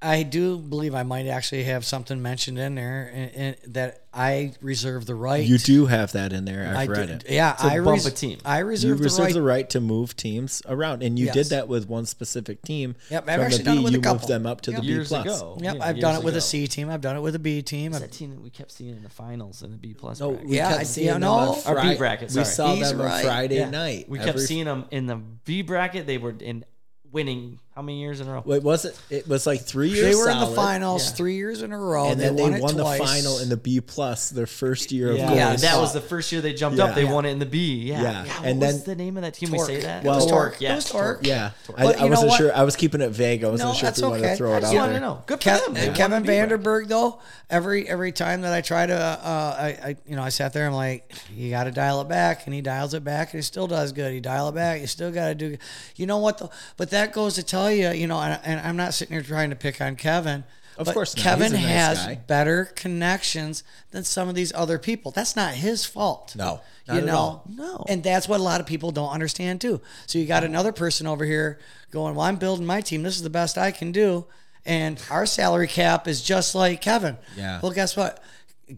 S4: I do believe I might actually have something mentioned in there and, and that I reserve the right.
S1: You do have that in there. I've
S4: I
S1: read
S4: do-
S1: it.
S4: Yeah, I
S5: bump
S4: res-
S5: a team.
S4: I
S1: You
S4: reserve,
S1: reserve
S4: the
S1: the
S4: right.
S1: right to move teams around, and you did
S4: Yes.
S1: that with one specific team.
S4: Yep, I've
S1: From
S4: actually
S1: the
S4: done it
S1: B,
S4: with a
S1: you
S4: couple.
S1: moved them up to the B
S5: years
S1: plus.
S5: ago.
S4: Yep,
S5: Yeah,
S4: I've done
S5: years
S4: it with
S5: ago.
S4: a C team. I've done it with a B team.
S5: It's Oh,
S4: I've-
S5: that team that we kept seeing in the finals in the B plus.
S1: No,
S5: bracket.
S1: we
S4: Yeah, I
S1: kept
S4: see.
S1: seeing them
S4: No.
S1: on
S4: Or B
S1: Friday.
S5: bracket,
S1: We
S5: sorry.
S1: saw
S4: He's
S1: them on
S4: right.
S1: Friday
S5: Yeah.
S1: night.
S5: we kept
S1: Every-
S5: seeing them in the B bracket. They were in winning how many years in a row?
S1: It wasn't. It was like three years.
S4: they were in
S1: solid,
S4: the finals
S5: Yeah.
S4: three years in a row.
S1: and then they
S4: won,
S1: won,
S4: it
S1: the
S4: twice.
S1: final in the B plus their first year of
S5: Yeah,
S1: going.
S4: Yes.
S5: that was the first year they jumped up.
S1: Yeah.
S5: They won it in the B. Yeah,
S1: Yeah.
S5: What
S1: And then-
S5: was the name of that team?
S4: Torque.
S5: We say that.
S1: Well-
S4: it was
S1: Torque,
S4: Torque.
S5: Yeah,
S4: It was Torque.
S1: Yeah, I,
S4: But
S1: I
S4: you know
S1: wasn't
S4: what?
S1: sure. I was keeping it vague. I wasn't
S4: No,
S1: sure if
S4: that's
S1: we wanted
S4: okay.
S1: to throw
S4: I
S1: it
S4: just
S1: out
S5: I want to
S1: there.
S5: know. Good for
S4: Kev-
S5: them. They
S4: uh,
S5: won
S4: Kevin
S5: the B bracket.
S4: Vanderberg though, every every time that I try to, uh, I, I you know I sat there, I'm like, you got to dial it back, and he dials it back, and he still does good. He dial it back, you still got to do, you know what? though? but that goes to tell you, you know, and, and I'm not sitting here trying to pick on Kevin. Of
S1: course not.
S4: Kevin
S1: He's a nice
S4: has
S1: guy.
S4: better connections than some of these other people. That's not his fault.
S1: No, not
S4: you
S1: at
S4: know,
S1: all.
S4: no. And that's what a lot of people don't understand too. So you got another person over here going, "Well, I'm building my team. This is the best I can do." And our salary cap is just like Kevin.
S1: Yeah.
S4: Well, guess what?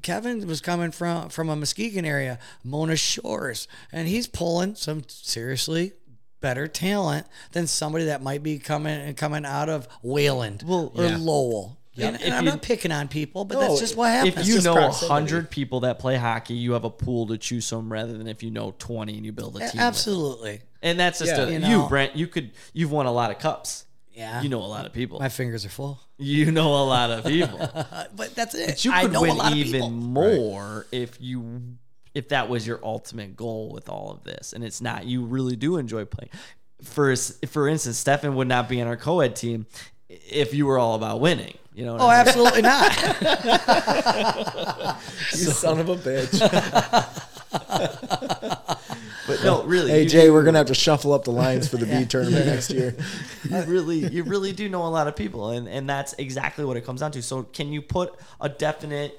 S4: Kevin was coming from from a Muskegon area, Mona Shores, and he's pulling some seriously better talent than somebody that might be coming and coming out of Wayland
S5: Well,
S4: or
S1: yeah.
S4: Lowell. And,
S5: If
S4: and I'm
S5: you-
S4: not picking on people, but
S1: No,
S4: that's just what happens.
S5: if you
S1: just
S5: know a
S1: proximity.
S5: hundred people that play hockey, you have a pool to choose from rather than if you know twenty and you build a team. with.
S4: Absolutely.
S5: and that's just
S1: Yeah.
S5: a, you,
S4: Eh, You know.
S5: Brent. You could you've won a lot of cups.
S4: Yeah.
S5: you know a lot of people.
S4: My fingers are full.
S5: you know a lot of people.
S4: Uh, but that's it.
S5: you
S4: I
S5: could
S4: know a lot
S5: win
S4: of
S5: even
S4: people.
S5: more if you if that was your ultimate goal with all of this, and it's not. You really do enjoy playing. For for instance, Stefan would not be on our co-ed team if you were all about winning. You know. What
S4: Oh,
S5: I mean?
S4: absolutely not.
S1: You son of a bitch.
S5: But no, really.
S1: hey
S5: you-
S1: Jay, we're gonna have to shuffle up the lines for the B tournament next year.
S5: you really you really do know a lot of people and and that's exactly what it comes down to so can you put a definite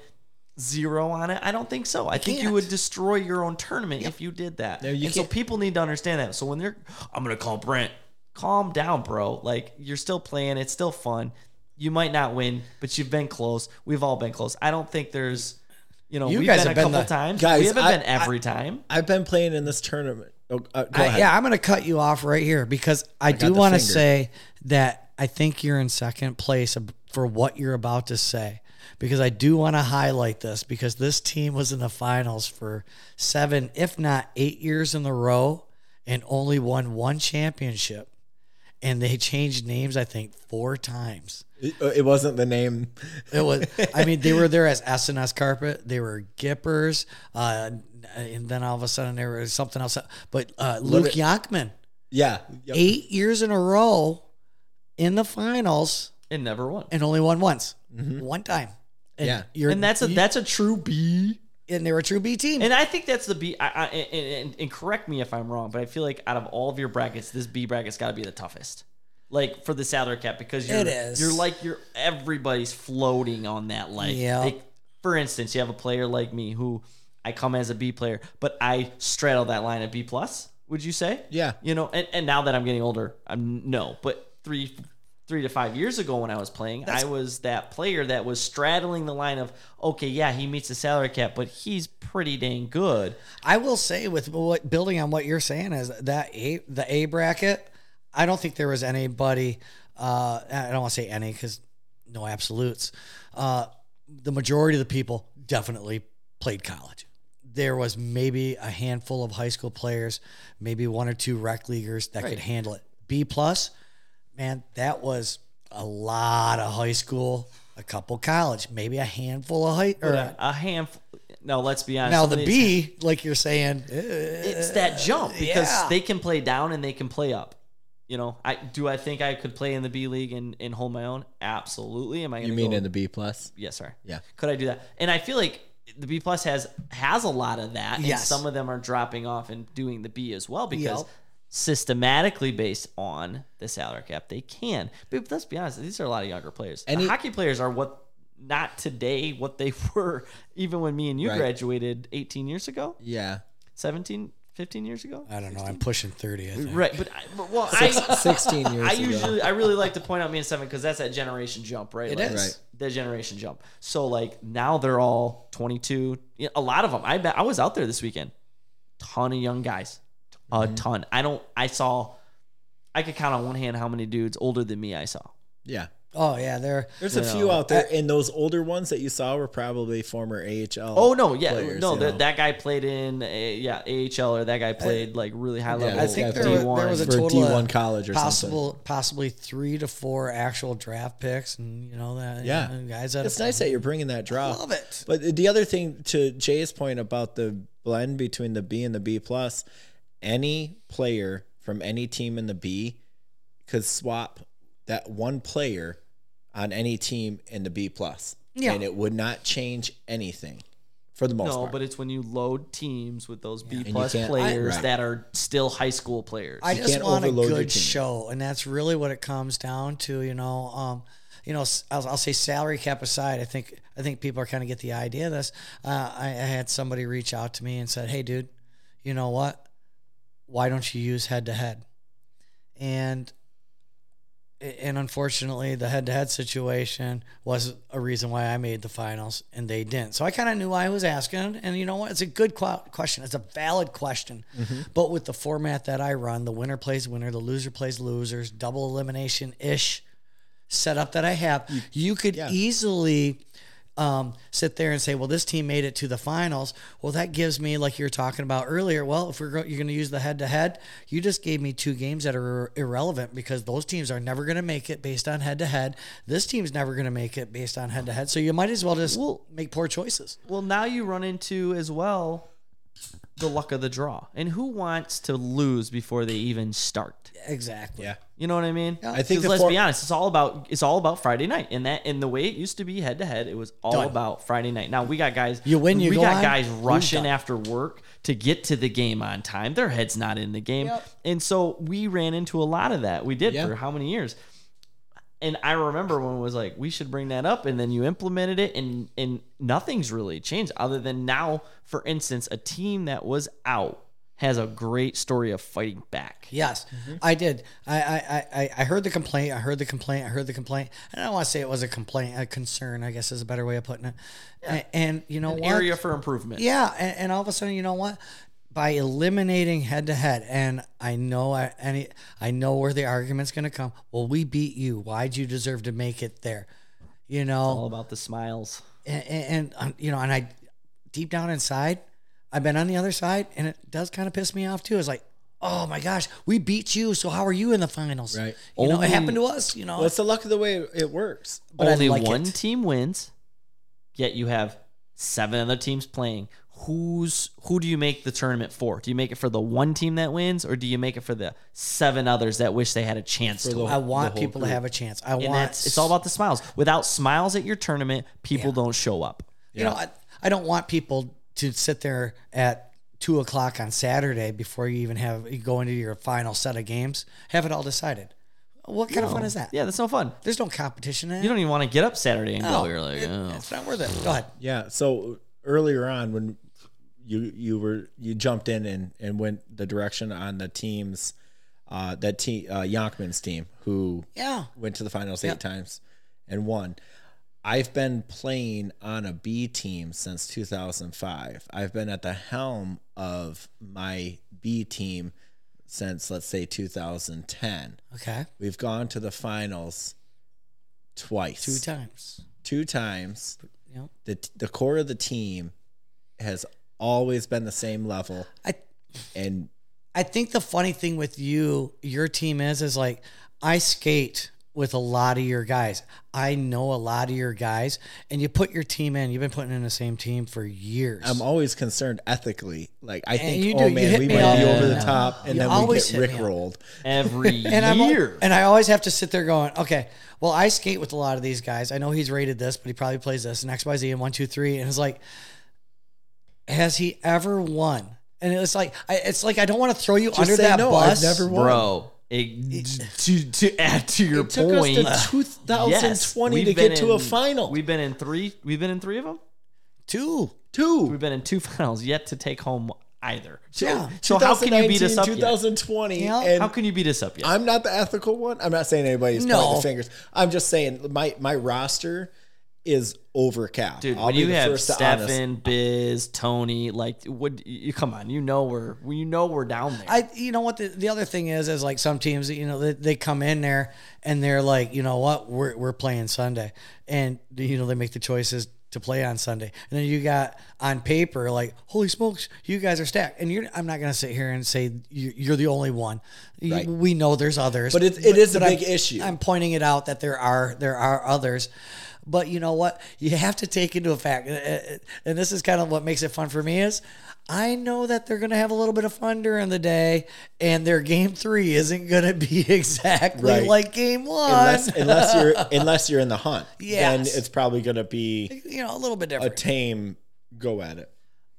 S5: zero on it i don't think so i think you
S4: can't.
S5: would destroy your own tournament if you did that
S1: you
S5: and so
S1: can't.
S5: people need to understand that so when they're i'm gonna call brent calm down bro like you're still playing it's still fun you might not win but you've been close we've all been close i don't think there's you know
S4: You
S5: we've
S4: guys
S5: been a
S4: have been
S5: couple
S4: the-
S5: times
S1: Guys,
S5: we haven't
S1: I-
S5: been every time
S1: I've been playing in this tournament. Oh, uh, go
S4: I,
S1: ahead.
S4: yeah, I'm going to cut you off right here because I, do
S1: the
S4: want to
S1: finger.
S4: say that I think you're in second place ab- for what you're about to say because I do want to highlight this because this team was in the finals for seven, if not eight years in a row and only won one championship. And they changed names, I think, four times.
S1: It, uh, it wasn't the name.
S4: It was. I mean, they were there as SNS Carpet. They were Gippers, uh, and then all of a sudden there was something else. But uh, Luke Yachman,
S1: Yeah. Yep.
S4: eight years in a row in the finals,
S5: and never won
S4: and only won once, one time. And
S1: Yeah.
S4: you're,
S5: and that's a that's a true b
S4: and they were a true B team.
S5: And I think that's the B. I, I, and, and, and correct me if I'm wrong, but I feel like out of all of your brackets, this B bracket's got to be the toughest. Like for the salary cap, because you're,
S4: It is.
S5: you're like you're everybody's floating on that. Like,
S4: Yeah.
S5: like, for instance, you have a player like me who I come as a B player, but I straddle that line at B plus. Would you say?
S1: Yeah.
S5: You know, and, and now that I'm getting older, I'm no, but three three to five years ago when I was playing, I was that player that was straddling the line of okay, yeah, he meets the salary cap, but he's pretty dang good.
S4: I will say with what building on what you're saying is that a, the A bracket. I don't think there was anybody. Uh, I don't want to say any because no absolutes. Uh, the majority of the people definitely played college. There was maybe a handful of high school players, maybe one or two rec leaguers that could handle it. B plus, man, that was a lot of high school, a couple college, maybe a handful of high or
S5: A, a handful. No, let's be honest.
S4: now
S5: some
S4: the
S5: of these-
S4: B, like you're saying, eh,
S5: it's that jump because
S4: yeah.
S5: they can play down and they can play up. you know, I do I think I could play in the B league and, and hold my own? Absolutely. Am I gonna
S1: You mean
S5: go-
S1: in the B plus?
S5: Yeah, sorry.
S1: Yeah.
S5: Could I do that? And I feel like the B plus has has a lot of that.
S4: Yes.
S5: And some of them are dropping off and doing the B as well because
S4: Yep.
S5: systematically based on the salary cap, they can. But let's be honest, these are a lot of younger players.
S1: Any-
S5: the hockey players are what not today what they were even when me and you
S1: Right.
S5: graduated 18 years ago,
S1: Yeah.
S5: 17, 15 years ago.
S1: Uh,
S4: I don't know. I'm pushing 30. I think.
S5: Right, but, I, but well, I,
S1: Sixteen years
S5: I
S1: ago.
S5: usually I really like to point out me and seven because that's that generation jump, right? It is like,
S1: is. Right.
S5: the generation jump. So like now they're all 22. Yeah, A lot of them. I bet I was out there this weekend. Ton of young guys, a
S1: Mm-hmm.
S5: ton. I don't. I saw. I could count on one hand how many dudes older than me I saw.
S1: yeah.
S4: Oh yeah, they're
S1: There's a few out there, and those older ones that you saw were probably former AHL.
S5: Oh no, yeah,
S1: players,
S5: no.
S1: you
S5: That,
S1: know.
S5: that guy played in, a, yeah, AHL or that guy played like really high level.
S1: I think
S5: D1.
S1: there
S4: were- there was a
S1: for
S4: total of
S1: D1 college or something.
S4: possible, possibly three to four actual draft picks, and you know that.
S1: Yeah.
S4: you know, guys that
S1: It's nice that you're bringing that drop.
S4: love it.
S1: But the other thing to Jay's point about the blend between the B and the B plus, any player from any team in the B could swap that one player on any team in the B plus,
S4: Yeah.
S1: and it would not change anything for the most
S5: No,
S1: part.
S5: but it's when you load teams with those B
S1: you
S5: plus
S1: can't-
S5: players
S1: Right.
S5: that are still high school players.
S4: I just
S1: can't
S4: want a
S1: overload your
S4: good
S1: team.
S4: show, and that's really what it comes down to. You know, um, you know, s- I'll, I'll say salary cap aside. I think I think people are kind of get the idea of this. Uh, I, I had somebody reach out to me and said, "Hey, dude, you know what? Why don't you use head to head?" And and unfortunately, the head to head situation was a reason why I made the finals and they didn't. So I kind of knew why I was asking. And you know what? It's a good qu- question. It's a valid question. But with the format that I run, the winner plays winner, the loser plays losers, double elimination ish setup that I have, you, could easily um, sit there and say, well, this team made it to the finals. Well, that gives me, like you were talking about earlier, well, if we're go- you're going to use the head to head, you just gave me two games that are ir- irrelevant because those teams are never going to make it based on head to head. This team's never going to make it based on head to head. So you might as well just make poor choices.
S5: Well, now you run into as well the luck of the draw. And who wants to lose before they even start?
S4: Exactly.
S1: yeah,
S5: You know what I mean?
S4: I
S1: think
S5: 'Cause
S1: the
S5: let's
S1: for-
S5: be honest, it's all about it's all about Friday night. And that and the way it used to be head to head, it was all
S4: Done.
S5: about Friday night. Now we got guys
S4: You win, you
S5: we
S4: go
S5: got
S4: on,
S5: guys
S4: you're
S5: rushing
S4: done.
S5: after work to get to the game on time. Their head's not in the game. And so we ran into a lot of that. We did
S1: Yeah.
S5: for how many years? and I remember when it was like, we should bring that up, and then you implemented it, and and nothing's really changed other than now. For instance, a team that was out has a great story of fighting back.
S4: Yes, I did. I, I, I- I, I heard the complaint. I heard the complaint. I heard the complaint. And I don't want to say it was a complaint, a concern, I guess is a better way of putting it. And, and you know what?
S5: Area for improvement.
S4: Yeah, and, and all of a sudden, you know what? By eliminating head to head, and I know I, any, I know where the argument's going to come. Well, we beat you. Why'd you deserve to make it there? You know,
S5: all about the smiles.
S4: and, and, and you know, and I deep down inside, I've been on the other side, and it does kind of piss me off too. It's like, oh my gosh, we beat you, so how are you in the finals?
S1: Right.
S4: You know,
S5: Only-
S4: it happened to us. You know,
S1: well, it's the luck of the way it works.
S4: but I
S5: Only
S4: like
S5: one
S4: it.
S5: team wins, yet you have seven other teams playing. Who's who do you make the tournament for? Do you make it for the one team that wins, or do you make it for the seven others that wish they had a chance to win?
S4: I want people to have a chance. I
S5: And
S4: want.
S5: that's it's all about the smiles. Without smiles at your tournament, people don't show up.
S4: you know, I, I don't want people to sit there at two o'clock on Saturday before you even have you go into your final set of games, have it all decided. What kind of fun is that?
S5: Yeah, that's no fun.
S4: There's no competition in it.
S5: You don't even want to get up Saturday and go.
S4: No,
S5: You're like,
S4: it-
S5: oh.
S4: it's not worth it. Go ahead.
S1: Yeah. So earlier on, when you you were you jumped in and and went the direction on the teams, uh, that team uh, Yonkman's team who
S4: Yeah.
S1: went to the finals eight times and won. I've been playing on a B team since 2005. I've been at the helm of my B team since let's say 2010.
S4: Okay.
S1: We've gone to the finals twice.
S4: Two times.
S1: Two times
S4: You know,
S1: the the core of the team has always been the same level
S4: I
S1: and
S4: I think the funny thing with you, your team is, is like I skate with a lot of your guys. I know a lot of your guys, and you put your team in. You've been putting in the same team for years.
S1: I'm always concerned ethically. Like I
S4: you
S1: think,
S4: do.
S1: oh
S4: You
S1: man,
S4: hit
S1: we
S4: me
S1: might
S4: up.
S1: be over the
S4: Yeah.
S1: top, and
S4: You
S1: then we
S4: always
S1: get
S4: hit me up.
S1: rickrolled.
S3: every
S4: and I'm
S3: year.
S4: and I always have to sit there going, okay, well, I skate with a lot of these guys. I know he's rated this, but he probably plays this and X, Y, Z and one, two, three. And it's like, has he ever won? And it's like, I, it's like I don't want to throw you under
S1: say
S4: that
S1: no, I've
S4: bus.
S1: never won.
S3: bro. It, to to add to your
S1: It took
S3: point,
S1: us to 2020
S3: yes,
S1: to
S3: we've been
S1: get to a
S3: in-
S1: final.
S3: We've been in three. We've been in three of them.
S4: Two.
S1: two.
S3: We've been in two finals yet to take home either. So,
S4: Yeah.
S3: so how can you beat us up? Yet?
S1: 2020,
S4: Yeah.
S1: and
S3: How can you beat us up yet?
S1: I'm not the ethical one. I'm not saying anybody's
S4: No.
S1: pointing fingers. I'm just saying my my roster is overcapped.
S3: Dude,
S1: I'll
S3: when
S1: be
S3: you
S1: the
S3: have
S1: first to honest.
S3: Stefan, Biz, Tony, like, what? You come on, you know we're you know we're down there.
S4: I, you know what the, the other thing is is like some teams you know they, they come in there and they're like you know what we're we're playing Sunday and you know they make the choices to play on Sunday and then you got on paper like holy smokes you guys are stacked and you're I'm not gonna sit here and say you- you're the only one You- we know there's others
S1: But it, it is a
S4: but I'm-
S1: big issue.
S4: I'm pointing it out that there are there are others, but you know what? You have to take into effect, and this is kind of what makes it fun for me is. I know that they're going to have a little bit of fun during the day, and their game three isn't going to be exactly
S1: Right.
S4: like game one.
S1: unless, unless you're unless you're in the hunt, then
S4: Yes.
S1: it's probably going to be
S4: you know, a little bit
S1: a
S4: different.
S1: tame go at it.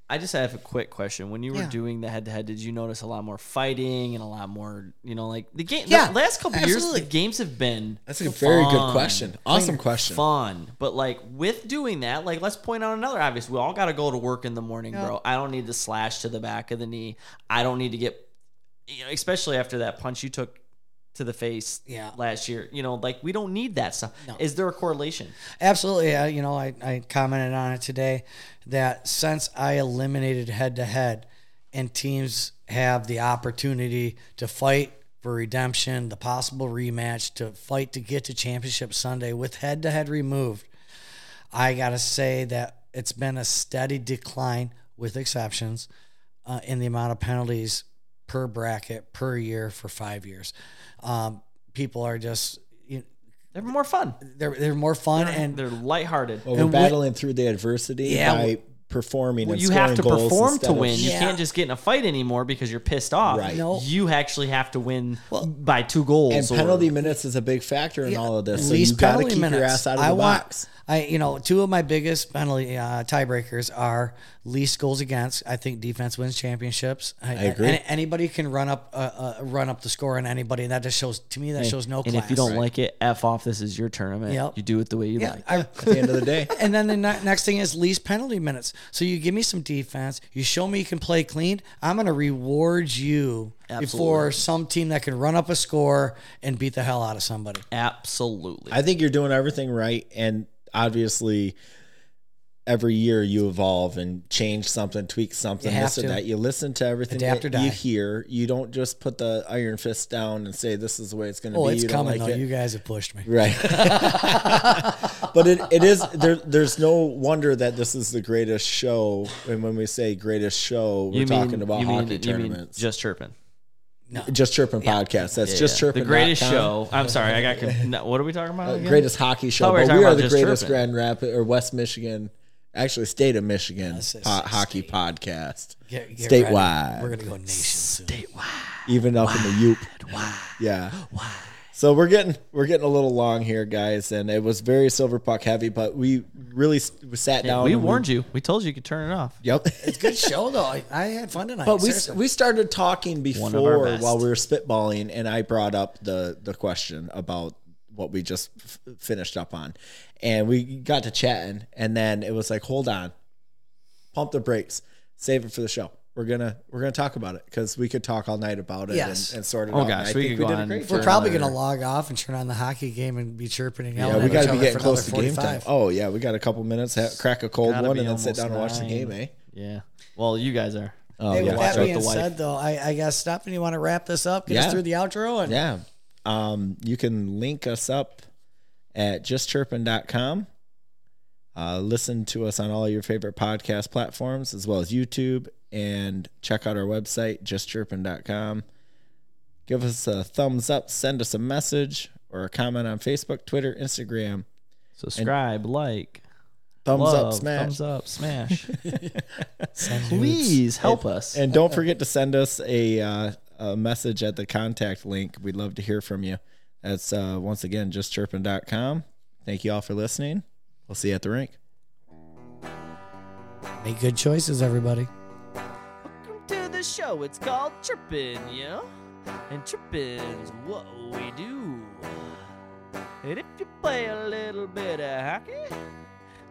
S3: I just have a quick question. When you were
S4: Yeah.
S3: doing the head to head, did you notice a lot more fighting and a lot more, you know, like the game?
S4: Yeah,
S3: the last couple years,
S4: absolutely.
S3: the games have been
S1: That's a very good
S3: fun.
S1: question. Awesome question.
S3: Fun, but like with doing that, like let's point out another obvious. We all got to go to work in the morning, bro. I don't need to slash to the back of the knee. I don't need to get, you know, especially after that punch you took to the face
S4: Yeah.
S3: last year. You know, like we don't need that stuff. Is there a correlation?
S4: Absolutely. I, you know, I, I commented on it today that since I eliminated head to head and teams have the opportunity to fight for redemption, the possible rematch, to fight to get to championship Sunday with head to head removed, I got to say that it's been a steady decline with exceptions uh, in the amount of penalties per bracket per year for five years. Um, people are just, you,
S3: They're more fun.
S4: they're, they're more fun and
S3: They're lighthearted.
S1: Well, we're
S4: And wh-
S1: battling through the adversity
S4: Yeah,
S1: by performing.
S3: Well,
S1: and
S3: you
S1: scoring
S3: have to
S1: goals
S3: perform
S1: instead
S3: to
S1: of-
S3: win. You
S4: Yeah.
S3: can't just get in a fight anymore because you're pissed off.
S1: Right.
S4: No.
S3: Uh, You actually have to win by two goals.
S1: And
S3: or-
S1: penalty minutes is a big factor in all of this. So
S4: least
S1: you got to
S4: penalty
S1: keep your
S4: minutes.
S1: ass out of
S4: I
S1: the
S4: want,
S1: box.
S4: I you know two of my biggest penalty uh, tiebreakers are least goals against. I think defense wins championships. I,
S1: agree.
S4: any- anybody can run up uh, uh, run up the score on anybody, and that just shows to me that shows no
S3: and
S4: class.
S3: if you don't like it, f off. This is your tournament.
S4: Yep.
S3: You do it the way you
S4: yeah,
S3: like.
S4: I,
S1: At the end of the day,
S4: and then the ne- next thing is least penalty minutes. So you give me some defense. You show me you can play clean. I'm going to reward you before
S3: Absolutely.
S4: some team that can run up a score and beat the hell out of somebody.
S3: Absolutely.
S1: I think you're doing everything right, and obviously, every year you evolve and change something, tweak something,
S4: You have
S1: this or
S4: to.
S1: that. You listen to everything
S4: Adapt
S1: that
S4: or
S1: you
S4: die.
S1: hear. You don't just put the iron fist down and say this is the way it's going to
S4: Oh,
S1: be.
S4: it's
S1: you don't
S4: coming
S1: like
S4: though.
S1: it.
S4: You guys have pushed me.
S1: Right. but it, it is there there's no wonder that this is the greatest show and when we say greatest show we're
S3: you mean,
S1: talking about
S3: you mean-
S1: hockey
S3: you mean
S1: tournaments.
S3: just chirping.
S1: just, chirping podcast. That's just
S3: Yeah.
S1: chirping. Uh,
S3: The greatest show. I'm sorry. I got. Con- no, what are we talking about? again?
S1: Greatest hockey show.
S3: Thought we were
S1: But
S3: talking
S1: we are
S3: about
S1: the
S3: Just
S1: greatest
S3: Chirping.
S1: Grand Rapids or West Michigan, actually state of Michigan
S4: a
S1: po- hockey podcast.
S4: Get- get ready.
S1: Statewide.
S4: We're gonna go nation soon.
S1: even up in the Yoop. Yeah. So we're getting we're getting a little long here, guys, and it was very silver puck heavy, but we really s- we sat down.
S3: we
S1: and
S3: warned you. We told you you could turn it off.
S1: Yep.
S4: It's a good show though. I, I had fun tonight.
S1: But we
S4: seriously.
S1: we started talking
S3: One of our
S1: before
S3: best.
S1: while we were spitballing, and I brought up the the question about what we just f- finished up on, and we got to chatting, and then it was like, hold on, pump the brakes, save it for the show. We're gonna we're gonna talk about it because we could talk all night about it
S4: Yes.
S1: and, and sort it
S3: Oh
S1: out. and I
S3: gosh, we
S1: think we
S3: could go
S1: did a
S3: on
S1: great
S3: for
S4: We're probably
S3: another-
S4: gonna log off and turn on the hockey game and be chirping and yelling.
S1: Yeah, we
S4: got
S1: gotta be getting close to game time.
S4: Oh,
S1: Oh yeah, we got a couple minutes. Ha- crack a cold
S3: Gotta
S1: one
S3: be
S1: and then sit down and watch
S3: almost
S1: the
S3: nine.
S1: game, eh?
S3: Yeah. Well, you guys are.
S1: Oh
S4: hey,
S1: yeah,
S4: with
S1: watch
S4: that
S1: out.
S4: being
S3: the wife.
S4: said, though, I, I guess Stefan, you want to wrap this up? Get
S1: Yeah.
S4: us through the outro and
S1: yeah. Um, you can link us up at justchirpin.com. Uh, listen to us on all your favorite podcast platforms as well as YouTube and check out our website, justchirpin.com. Give us a thumbs up, send us a message, or a comment on Facebook, Twitter, Instagram.
S5: Subscribe, like,
S1: Thumbs up,
S5: love,
S1: smash.
S5: thumbs up, smash.
S4: Send nudes.
S5: Please help us.
S1: And don't forget to send us a, uh, a message at the contact link. We'd love to hear from you. That's uh, once again justchirpin.com. Thank you all for listening. We'll see you at the rink.
S4: Make good choices, everybody.
S5: Welcome to the show. It's called Chirpin', yeah? And chirpin's what we do. And if you play a little bit of hockey,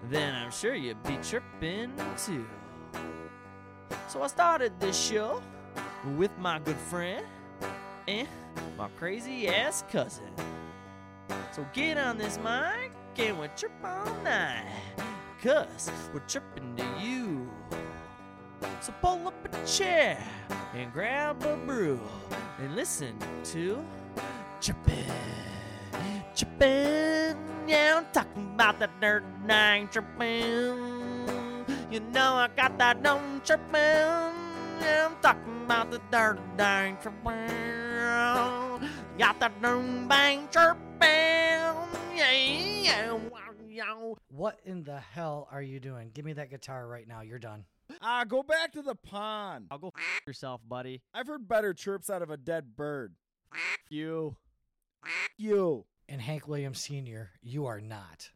S5: then I'm sure you'd be chirpin' too. So I started this show with my good friend and my crazy ass cousin. So get on this mic and we'll chirp all night. Cause we're chirping to you. So pull up a chair and grab a brew and listen to Chippin'. Chippin'. Yeah, I'm talking about that nerd nine Chippin'. You know I got that known Chippin'. Yeah, I'm talking about the nerd nine Chippin'. Got that known bang Chippin'. Yeah, yeah, wow, yeah.
S4: What in the hell are you doing? Give me that guitar right now. You're done.
S1: Ah, go back to the pond.
S5: I'll go f- yourself, buddy.
S1: I've heard better chirps out of a dead bird.
S5: F- you.
S1: You.
S4: And Hank Williams Sr., you are not.